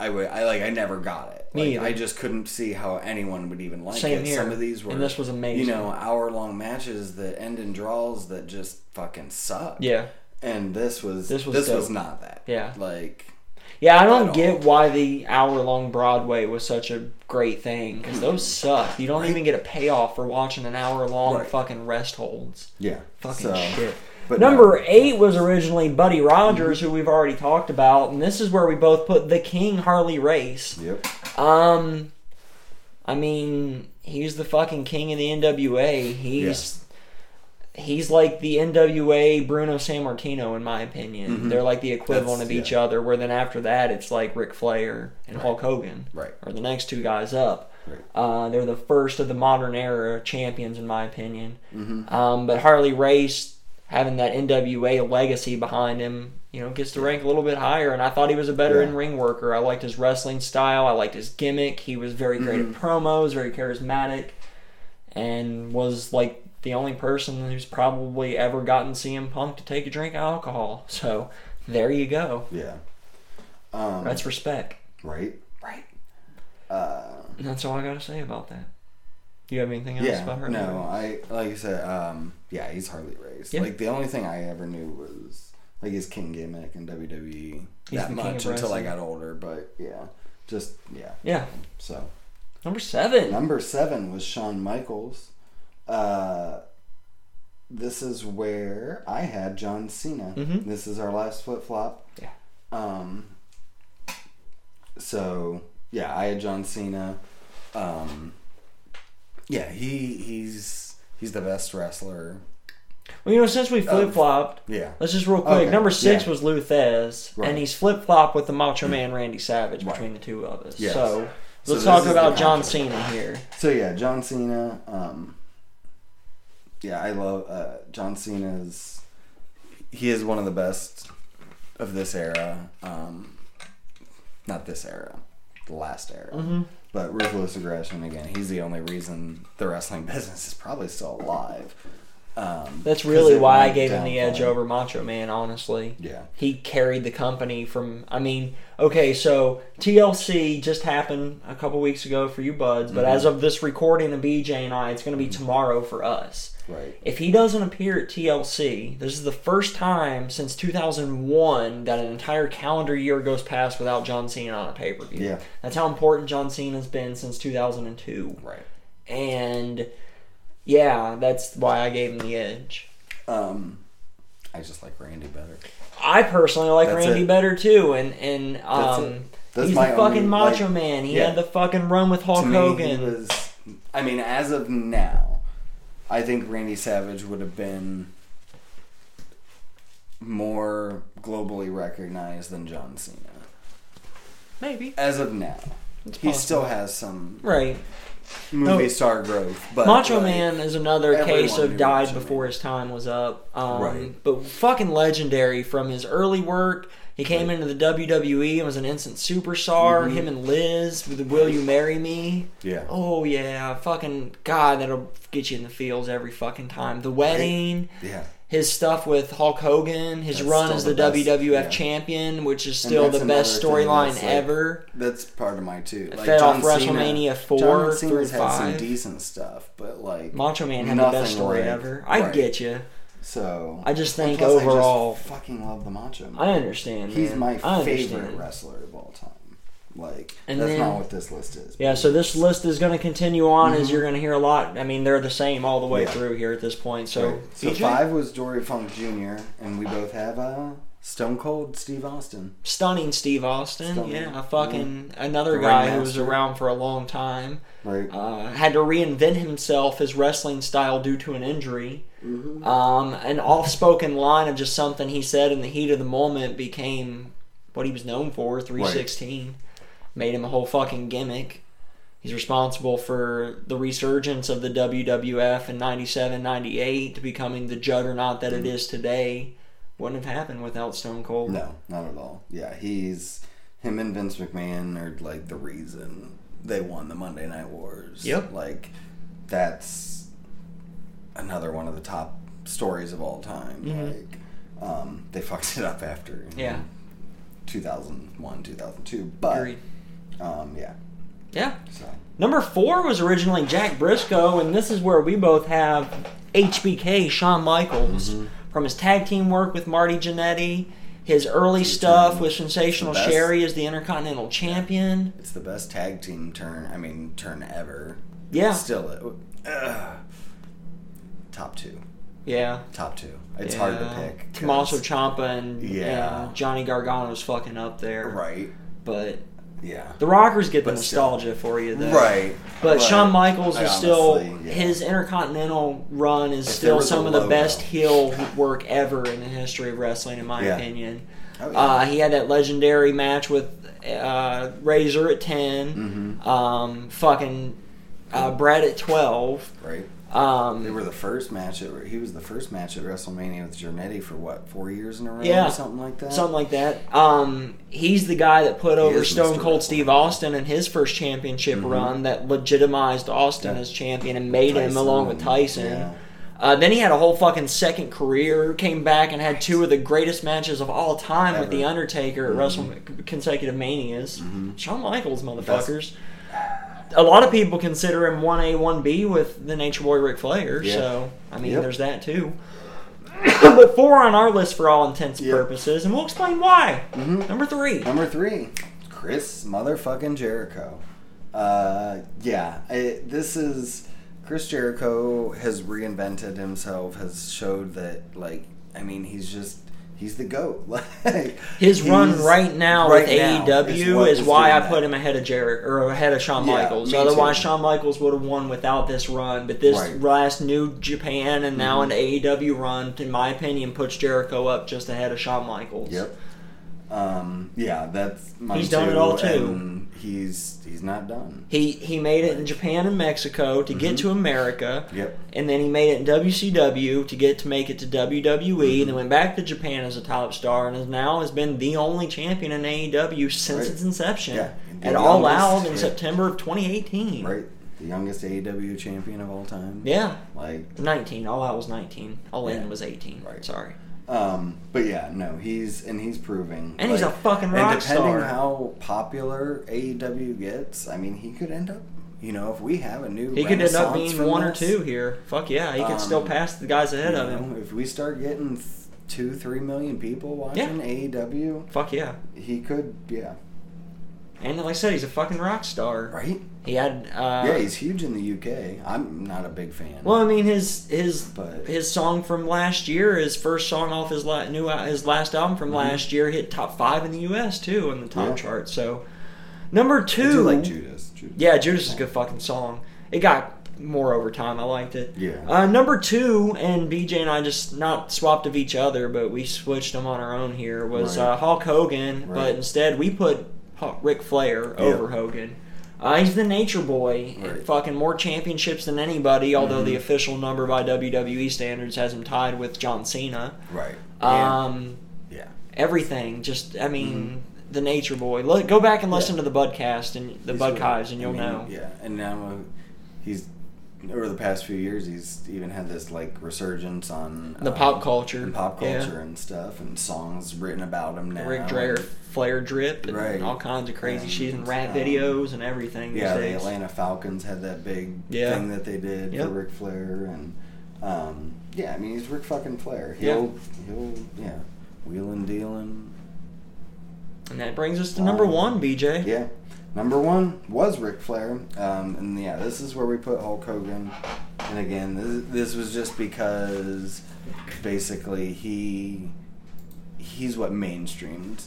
A: I would I like I never got it.
B: Me
A: Like,
B: either.
A: I just couldn't see how anyone would even like
B: Same
A: it.
B: here.
A: Some of these were
B: And this was amazing.
A: You know, hour long matches that end in draws that just fucking suck.
B: Yeah.
A: And this was
B: This
A: this
B: was
A: was,
B: dope.
A: not that.
B: Yeah.
A: Like
B: Yeah, I
A: all.
B: don't get why the hour long Broadway was such a great thing
A: Hmm.
B: because those suck. You don't even get a payoff for watching an hour long
A: Right.
B: fucking rest holds.
A: Yeah.
B: Fucking
A: So,
B: shit.
A: But
B: Number
A: no. Mm-hmm.
B: eight was originally Buddy Rogers, who we've already talked about, and this is where we both put the King Harley Race.
A: Yep.
B: Um, I mean, he's the fucking king of the NWA. He's he's like the NWA Bruno San Martino, in my opinion. They're like the equivalent
A: Mm-hmm. That's-
B: of each
A: yeah.
B: other. Where then after that, it's like Ric Flair and Hulk Hogan,
A: Right.
B: Or the next two guys up.
A: Right.
B: Uh, they're the first of the modern era champions, in my opinion.
A: Mm-hmm.
B: Um, but Harley Race having that NWA legacy behind him, you know, gets to rank a little bit higher. And I thought he was a better
A: Yeah.
B: in ring worker. I liked his wrestling style. I liked his gimmick. He was very great at
A: Mm-hmm.
B: promos, very charismatic, and was like the only person who's probably ever gotten CM Punk to take a drink of alcohol. So there you go.
A: Yeah. Um
B: That's respect.
A: right.
B: Right.
A: Uh
B: And that's all I got to say about that. Do you have anything else
A: yeah,
B: about her?
A: no, I like I said, um, yeah, he's Harley Race.
B: Yeah.
A: Like the only thing I ever knew was like his King gimmick in WWE
B: He's the
A: that
B: king of
A: much until I
B: wrestling.
A: got older. But yeah, just yeah.
B: Yeah.
A: So
B: Number seven.
A: number seven was Shawn Michaels. Uh, this is where I had John Cena.
B: Mhm.
A: This is our last flip flop.
B: Yeah.
A: Um. So yeah, I had John Cena. Um. Yeah, he he's he's the best wrestler.
B: Well, you know, since we flip flopped,
A: Yeah.
B: let's just real quick.
A: Um, Okay,
B: Number six
A: yeah.
B: was Luthez,
A: Right.
B: and he's flip flop with the Macho Man Randy Savage
A: Right.
B: between the two of us.
A: Yes.
B: So
A: So this
B: let's talk
A: is the
B: about John
A: contrast.
B: Cena here.
A: So yeah, John Cena. Um. Yeah, I love uh, John Cena's. He is one of the best of this era. Um, not this era, the last era.
B: Mm-hmm.
A: But ruthless aggression again. He's the only reason the wrestling business is probably still alive. Um,
B: That's
A: 'cause
B: really
A: it
B: why I
A: went
B: gave him the edge
A: downfall.
B: over Macho Man, honestly.
A: Yeah.
B: He carried the company from, I mean, okay, so TLC just happened a couple weeks ago for you buds, but
A: Mm-hmm.
B: as of this recording of BJ and I, it's going to be tomorrow for us.
A: Right.
B: If he doesn't appear at TLC, this is the first time since 2001 that an entire calendar year goes past without John Cena on a pay per view.
A: Yeah.
B: That's how important John Cena's been since 2002.
A: Right.
B: And yeah, that's why I gave him the edge.
A: Um, I just like Randy better.
B: I personally like
A: That's
B: Randy
A: it.
B: better too, and and
A: That's it.
B: um,
A: That's
B: he's the
A: my
B: fucking
A: only,
B: Macho
A: like-
B: Man. He
A: yeah.
B: had the fucking run with Hulk
A: to me,
B: Hogan.
A: he was. I mean, as of now, I think Randy Savage would have been more globally recognized than John Cena.
B: Maybe
A: As of now, he
B: possible.
A: still has some
B: right.
A: movie star growth, but
B: Macho
A: like,
B: Man is another
A: everyone
B: case of
A: knew
B: died
A: Macho
B: before
A: Man.
B: his time was up. Um,
A: Right.
B: But fucking legendary from his early work He came into the WWE and was an instant superstar.
A: Mm-hmm.
B: Him and Liz with the "Will You Marry Me?"
A: Yeah.
B: Oh yeah, fucking god, that'll get you in the fields every fucking time. The wedding,
A: Yeah.
B: his stuff with Hulk Hogan, his
A: That's
B: run
A: still
B: as the,
A: the best,
B: WWF
A: yeah.
B: champion, which is still
A: that's
B: the best
A: another thing
B: storyline
A: that's, like,
B: ever.
A: That's part of my too.
B: fed
A: John
B: off
A: Cena-
B: WrestleMania 4
A: John Cena's
B: through
A: had
B: 5.
A: some decent stuff, but like
B: Macho Man had the
A: nothing
B: best story
A: like-
B: ever. I
A: right.
B: get you.
A: So
B: I just
A: And
B: think
A: plus, I just
B: overall-
A: fucking love the Macho. Man.
B: I understand.
A: He's
B: man.
A: my
B: I
A: favorite
B: understand.
A: wrestler of all time. Like
B: And
A: that's
B: then-
A: not what this list is.
B: Yeah,
A: but
B: so this
A: it's-
B: list is going to continue on as you're going to hear a lot. I mean, they're the same all the way
A: Mm-hmm. Yeah.
B: through here at this point. So, E
A: Right. So
B: BJ?
A: five was Dory Funk Jr. and we both have uh, Stone Cold Steve Austin.
B: stunning Steve Austin.
A: Stunning. Mm-hmm.
B: Yeah, a fucking another
A: The
B: guy who was
A: Ringmaster.
B: around for a long time.
A: Right.
B: Uh, had to reinvent himself his wrestling style due to an injury.
A: Mhm.
B: Um, an off-spoken line of just something he said in the heat of the moment became what he was known for. Three sixteen made him a whole fucking gimmick. He's responsible for the resurgence of the WWF in 97, 98 to becoming the juggernaut that it is today. Wouldn't have happened without Stone Cold.
A: No, not at all. Yeah, he's him and Vince McMahon are like the reason they won the Monday Night Wars.
B: Yep.
A: Like that's another one of the top stories of all time.
B: Mhm.
A: Like um, they fucked it up after you
B: Yeah.
A: know, 2001, 2002, but
B: Agreed.
A: um yeah.
B: Yeah.
A: So
B: Number four was originally Jack Briscoe, and this is where we both have HBK, Shawn Michaels,
A: Mm-hmm.
B: from his tag team work with Marty Jannetty, his early stuff with Sensational
A: The best.
B: Sherry as the Intercontinental Champion.
A: it's the best tag team turn, I mean turn ever.
B: Yeah.
A: Still it, uh, top 2.
B: Yeah.
A: Top 2. It's
B: yeah.
A: hard to pick. 'cause-
B: Tommaso Ciampa and,
A: Yeah.
B: and Johnny Gargano's fucking up there.
A: Right.
B: But
A: Yeah.
B: the Rockers get the
A: But still.
B: nostalgia for you, though.
A: Right.
B: But Shawn Michaels
A: I
B: is still
A: honestly, yeah.
B: his Intercontinental run
A: If
B: is
A: there
B: still
A: was a
B: some of the
A: logo.
B: best heel work ever in the history of wrestling, in my
A: Yeah.
B: opinion.
A: Oh, yeah.
B: Uh, he had that legendary match with uh, Razor at 10
A: Mhm.
B: um, fucking uh, Brett at twelve.
A: right.
B: Um,
A: They were the first match. At, he was the first match at WrestleMania with Jannetty for what four years in a row,
B: Yeah.
A: or something like that.
B: something like that. Um, he's the guy that put over
A: is
B: Stone
A: Mr.
B: Cold
A: Wrestling. Mm-hmm.
B: Steve Austin in his first championship run that legitimized Austin
A: Yeah.
B: as champion and made him
A: Tyson
B: along with
A: and-
B: Tyson.
A: yeah.
B: Uh, then he had a whole fucking second career, came back and had two of the greatest matches of all time
A: Ever.
B: with
A: Mm-hmm.
B: The Undertaker at Wrestle Consecutive Manias. Shawn Michaels, motherfuckers. A lot of people consider him 1A, 1B with the Nature Boy Ric Flair,
A: Yeah.
B: so, I mean,
A: Yep.
B: there's that too. but four on our list for all intents and
A: Yeah.
B: purposes, and we'll explain why.
A: Mhm.
B: Number three.
A: Number three, Chris motherfucking Jericho. Uh, yeah, I, this is Chris Jericho has reinvented himself. Has showed that, like, I mean, he's just he's the goat. Like
B: His run
A: he's-
B: right now with
A: now
B: AEW
A: what
B: is, why I
A: doing
B: put
A: that.
B: him ahead of Jared or ahead of Shawn
A: Yeah,
B: Michaels.
A: me
B: Otherwise,
A: too.
B: Shawn Michaels would have won without this run. But this
A: Right. Mm-hmm.
B: last New Japan and now an AEW run, in my opinion, puts Jericho up just ahead of Shawn Michaels.
A: Yep. Um, yeah, that's mine
B: He's done it all, too.
A: and he's he's not done.
B: He he made it in Japan and Mexico to
A: Mm-hmm.
B: get to America.
A: Yep.
B: And then he made it in WCW to get to make it to WWE, and
A: Mm-hmm.
B: then went back to Japan as a top star, and has now has been the only champion in AEW since
A: Right.
B: its inception
A: Yeah.
B: at
A: The
B: All
A: youngest,
B: Out in
A: right.
B: September of 2018.
A: Right? The youngest AEW champion of all time.
B: Yeah,
A: Like
B: 19. All Out was 19. All In
A: Yeah.
B: was 18.
A: Right.
B: Sorry.
A: um but yeah, no, he's and he's proving
B: And he's
A: like-
B: a fucking rock
A: And depending
B: star.
A: how popular AEW gets, I mean he could end up you know, if we have a new
B: He could end up
A: renaissance
B: being
A: from
B: one
A: this,
B: or two here. Fuck yeah, he could still
A: Um,
B: pass the guys ahead
A: you
B: of him.
A: know, if we start getting th- two, three million people watching AEW,
B: Fuck yeah.
A: he could yeah.
B: And like I said, he's a fucking rock star.
A: Right?
B: He had. Uh,
A: yeah, he's huge in the UK. I'm not a big fan.
B: Well, I mean, his his
A: But-
B: his song from last year, his first song off his la- new al- his last album from last year, hit top five in the U.S. too on the top
A: Mm-hmm. Yeah.
B: chart. So, number
A: I
B: two,
A: do like Judas. Judas.
B: yeah, Judas is a good fucking song. It got more over time. I liked it.
A: Yeah.
B: Uh, number two, and BJ and I just not swapped of each other, but we switched them on our own. Here was
A: Right.
B: uh, Hulk Hogan, but
A: Right.
B: instead we put Hulk, Ric Flair over Hogan. Uh, he's the Nature Boy, and
A: Right. Mm-hmm.
B: fucking more championships than anybody. Although the official E number by WWE standards has him tied with John Cena.
A: Right.
B: Um,
A: yeah.
B: everything. Just I mean, the Nature Boy. Look, go back and
A: Mm-hmm. Yeah.
B: listen to the Budcast and the
A: He's
B: Budkives,
A: really-
B: and you'll
A: I mean,
B: know.
A: Yeah, and now uh, he's over the past few years he's even had this like resurgence on um,
B: The pop culture.
A: and pop
B: Yeah.
A: culture and stuff, and songs written about him now.
B: Rick Dreyer, Flair drip, and
A: Right.
B: all kinds of crazy
A: And,
B: shit and rap
A: um,
B: videos and everything.
A: Yeah, the
B: these days.
A: Atlanta Falcons had that big
B: Yeah.
A: thing that they did
B: Yep.
A: for Ric Flair, and um, yeah, I mean he's Rick fucking Flair. He'll he'll yeah, wheeling dealing.
B: And that brings us to number
A: Um,
B: one, BJ.
A: Yeah. Number one was Ric Flair. Um, and yeah, this is where we put Hulk Hogan. And again, this, this was just because basically he he's what mainstreamed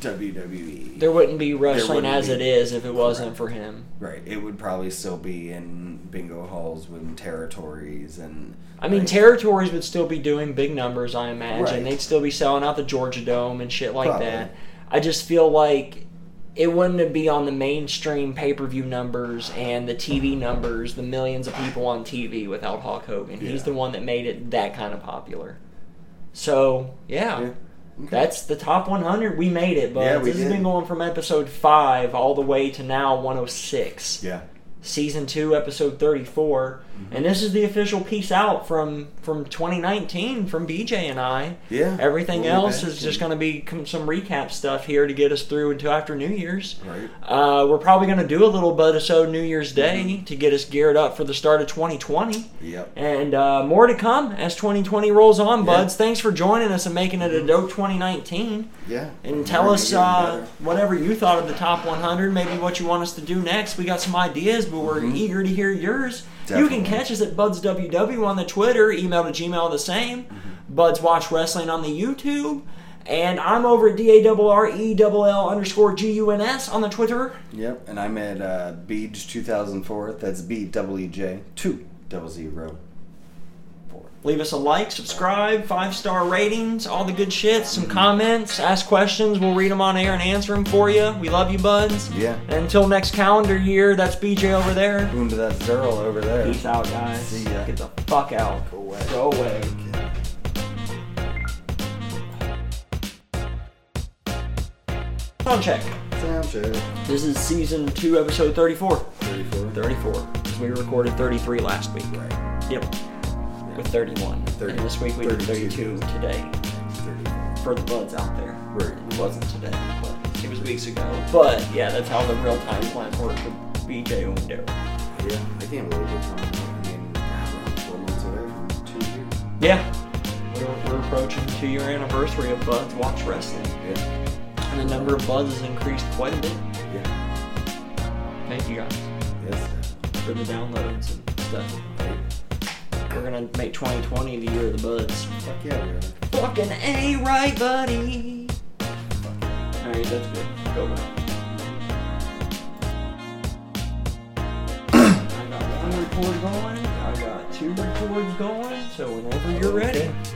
A: WWE.
B: There wouldn't be wrestling
A: wouldn't
B: as
A: be.
B: it is if it wasn't
A: Correct.
B: for him.
A: right. It would probably still be in bingo halls with territories and
B: I mean,
A: like,
B: territories would still be doing big numbers, I imagine.
A: Right.
B: They'd still be selling out the Georgia Dome and shit like
A: Probably.
B: that. I just feel like it wouldn't be on the mainstream pay per view numbers and the TV numbers, the millions of people on TV without Hulk Hogan. He's
A: Yeah.
B: the one that made it that kind of popular. So, yeah.
A: Yeah. Okay.
B: That's the top 100. We made it, but
A: Yeah, we
B: this has
A: did.
B: been going from episode 5 all the way to now 106
A: yeah.
B: season 2 episode 34
A: Mm-hmm.
B: and this is the official peace out from from 2019 from bj and i
A: Yeah.
B: everything
A: We'll be
B: else
A: back
B: is
A: and-
B: just going to be com- some recap stuff here to get us through until after new year's
A: Right.
B: uh, we're probably going to do a little episode new year's
A: Mm-hmm.
B: day to get us geared up for the start of 2020
A: Yep.
B: and uh, more to come as 2020 rolls on
A: Yeah. Mm-hmm.
B: buds thanks for joining us and making it a dope 2019
A: Yeah.
B: and tell
A: We're
B: us
A: gonna get
B: uh,
A: better.
B: whatever you thought of the top 100, maybe what you want us to do next. We got some ideas, but we're
A: Mhm.
B: eager to hear yours. You can
A: Definitely.
B: catch us at BudsWW on the Twitter, email to Gmail the same,
A: Mm-hmm.
B: Buds Watch Wrestling on the YouTube, and I'm over at D-A-R-R-E-L-L E underscore G-U-N-S on the Twitter.
A: Yep, and I'm at uh, Beej 2004. That's B W J two double zero four.
B: Leave us a like, subscribe, five star ratings, all the good shit,
A: Mm-hmm.
B: some comments, ask questions. We'll read them on air and answer them for you. We love you, buds.
A: Yeah.
B: Until next calendar year, that's BJ over there.
A: Boom to that Zerl over there.
B: Peace out, guys.
A: See ya.
B: Get the fuck out.
A: Go away.
B: Go away. Sound check.
A: Sound check.
B: This is season two, episode 34.
A: 34.
B: 34. 'cause we recorded 33 last week.
A: Right.
B: Yep. With 31.
A: Thirty-
B: And this week we did 32
A: 32.
B: today.
A: 34.
B: For the buds out there.
A: Right.
B: It wasn't today, but it was weeks ago. But yeah, that's how the real time plan works with BJ Window.
A: Yeah, I can't believe it's on. I mean, God, we're only four months away from two years.
B: Yeah. We're, we're approaching two year anniversary of Buds Watch Wrestling.
A: Yeah.
B: And the number of buds has increased quite a bit.
A: Yeah.
B: Thank you guys
A: Yes.
B: for the downloads and stuff.
A: Right.
B: We're gonna make 2020 the year of the buds.
A: Fuck yeah, we are.
B: Fucking A right, buddy!
A: Fuck yeah.
B: Alright, that's good. Go back. I got one record going, I got two records going, so whenever you're ready.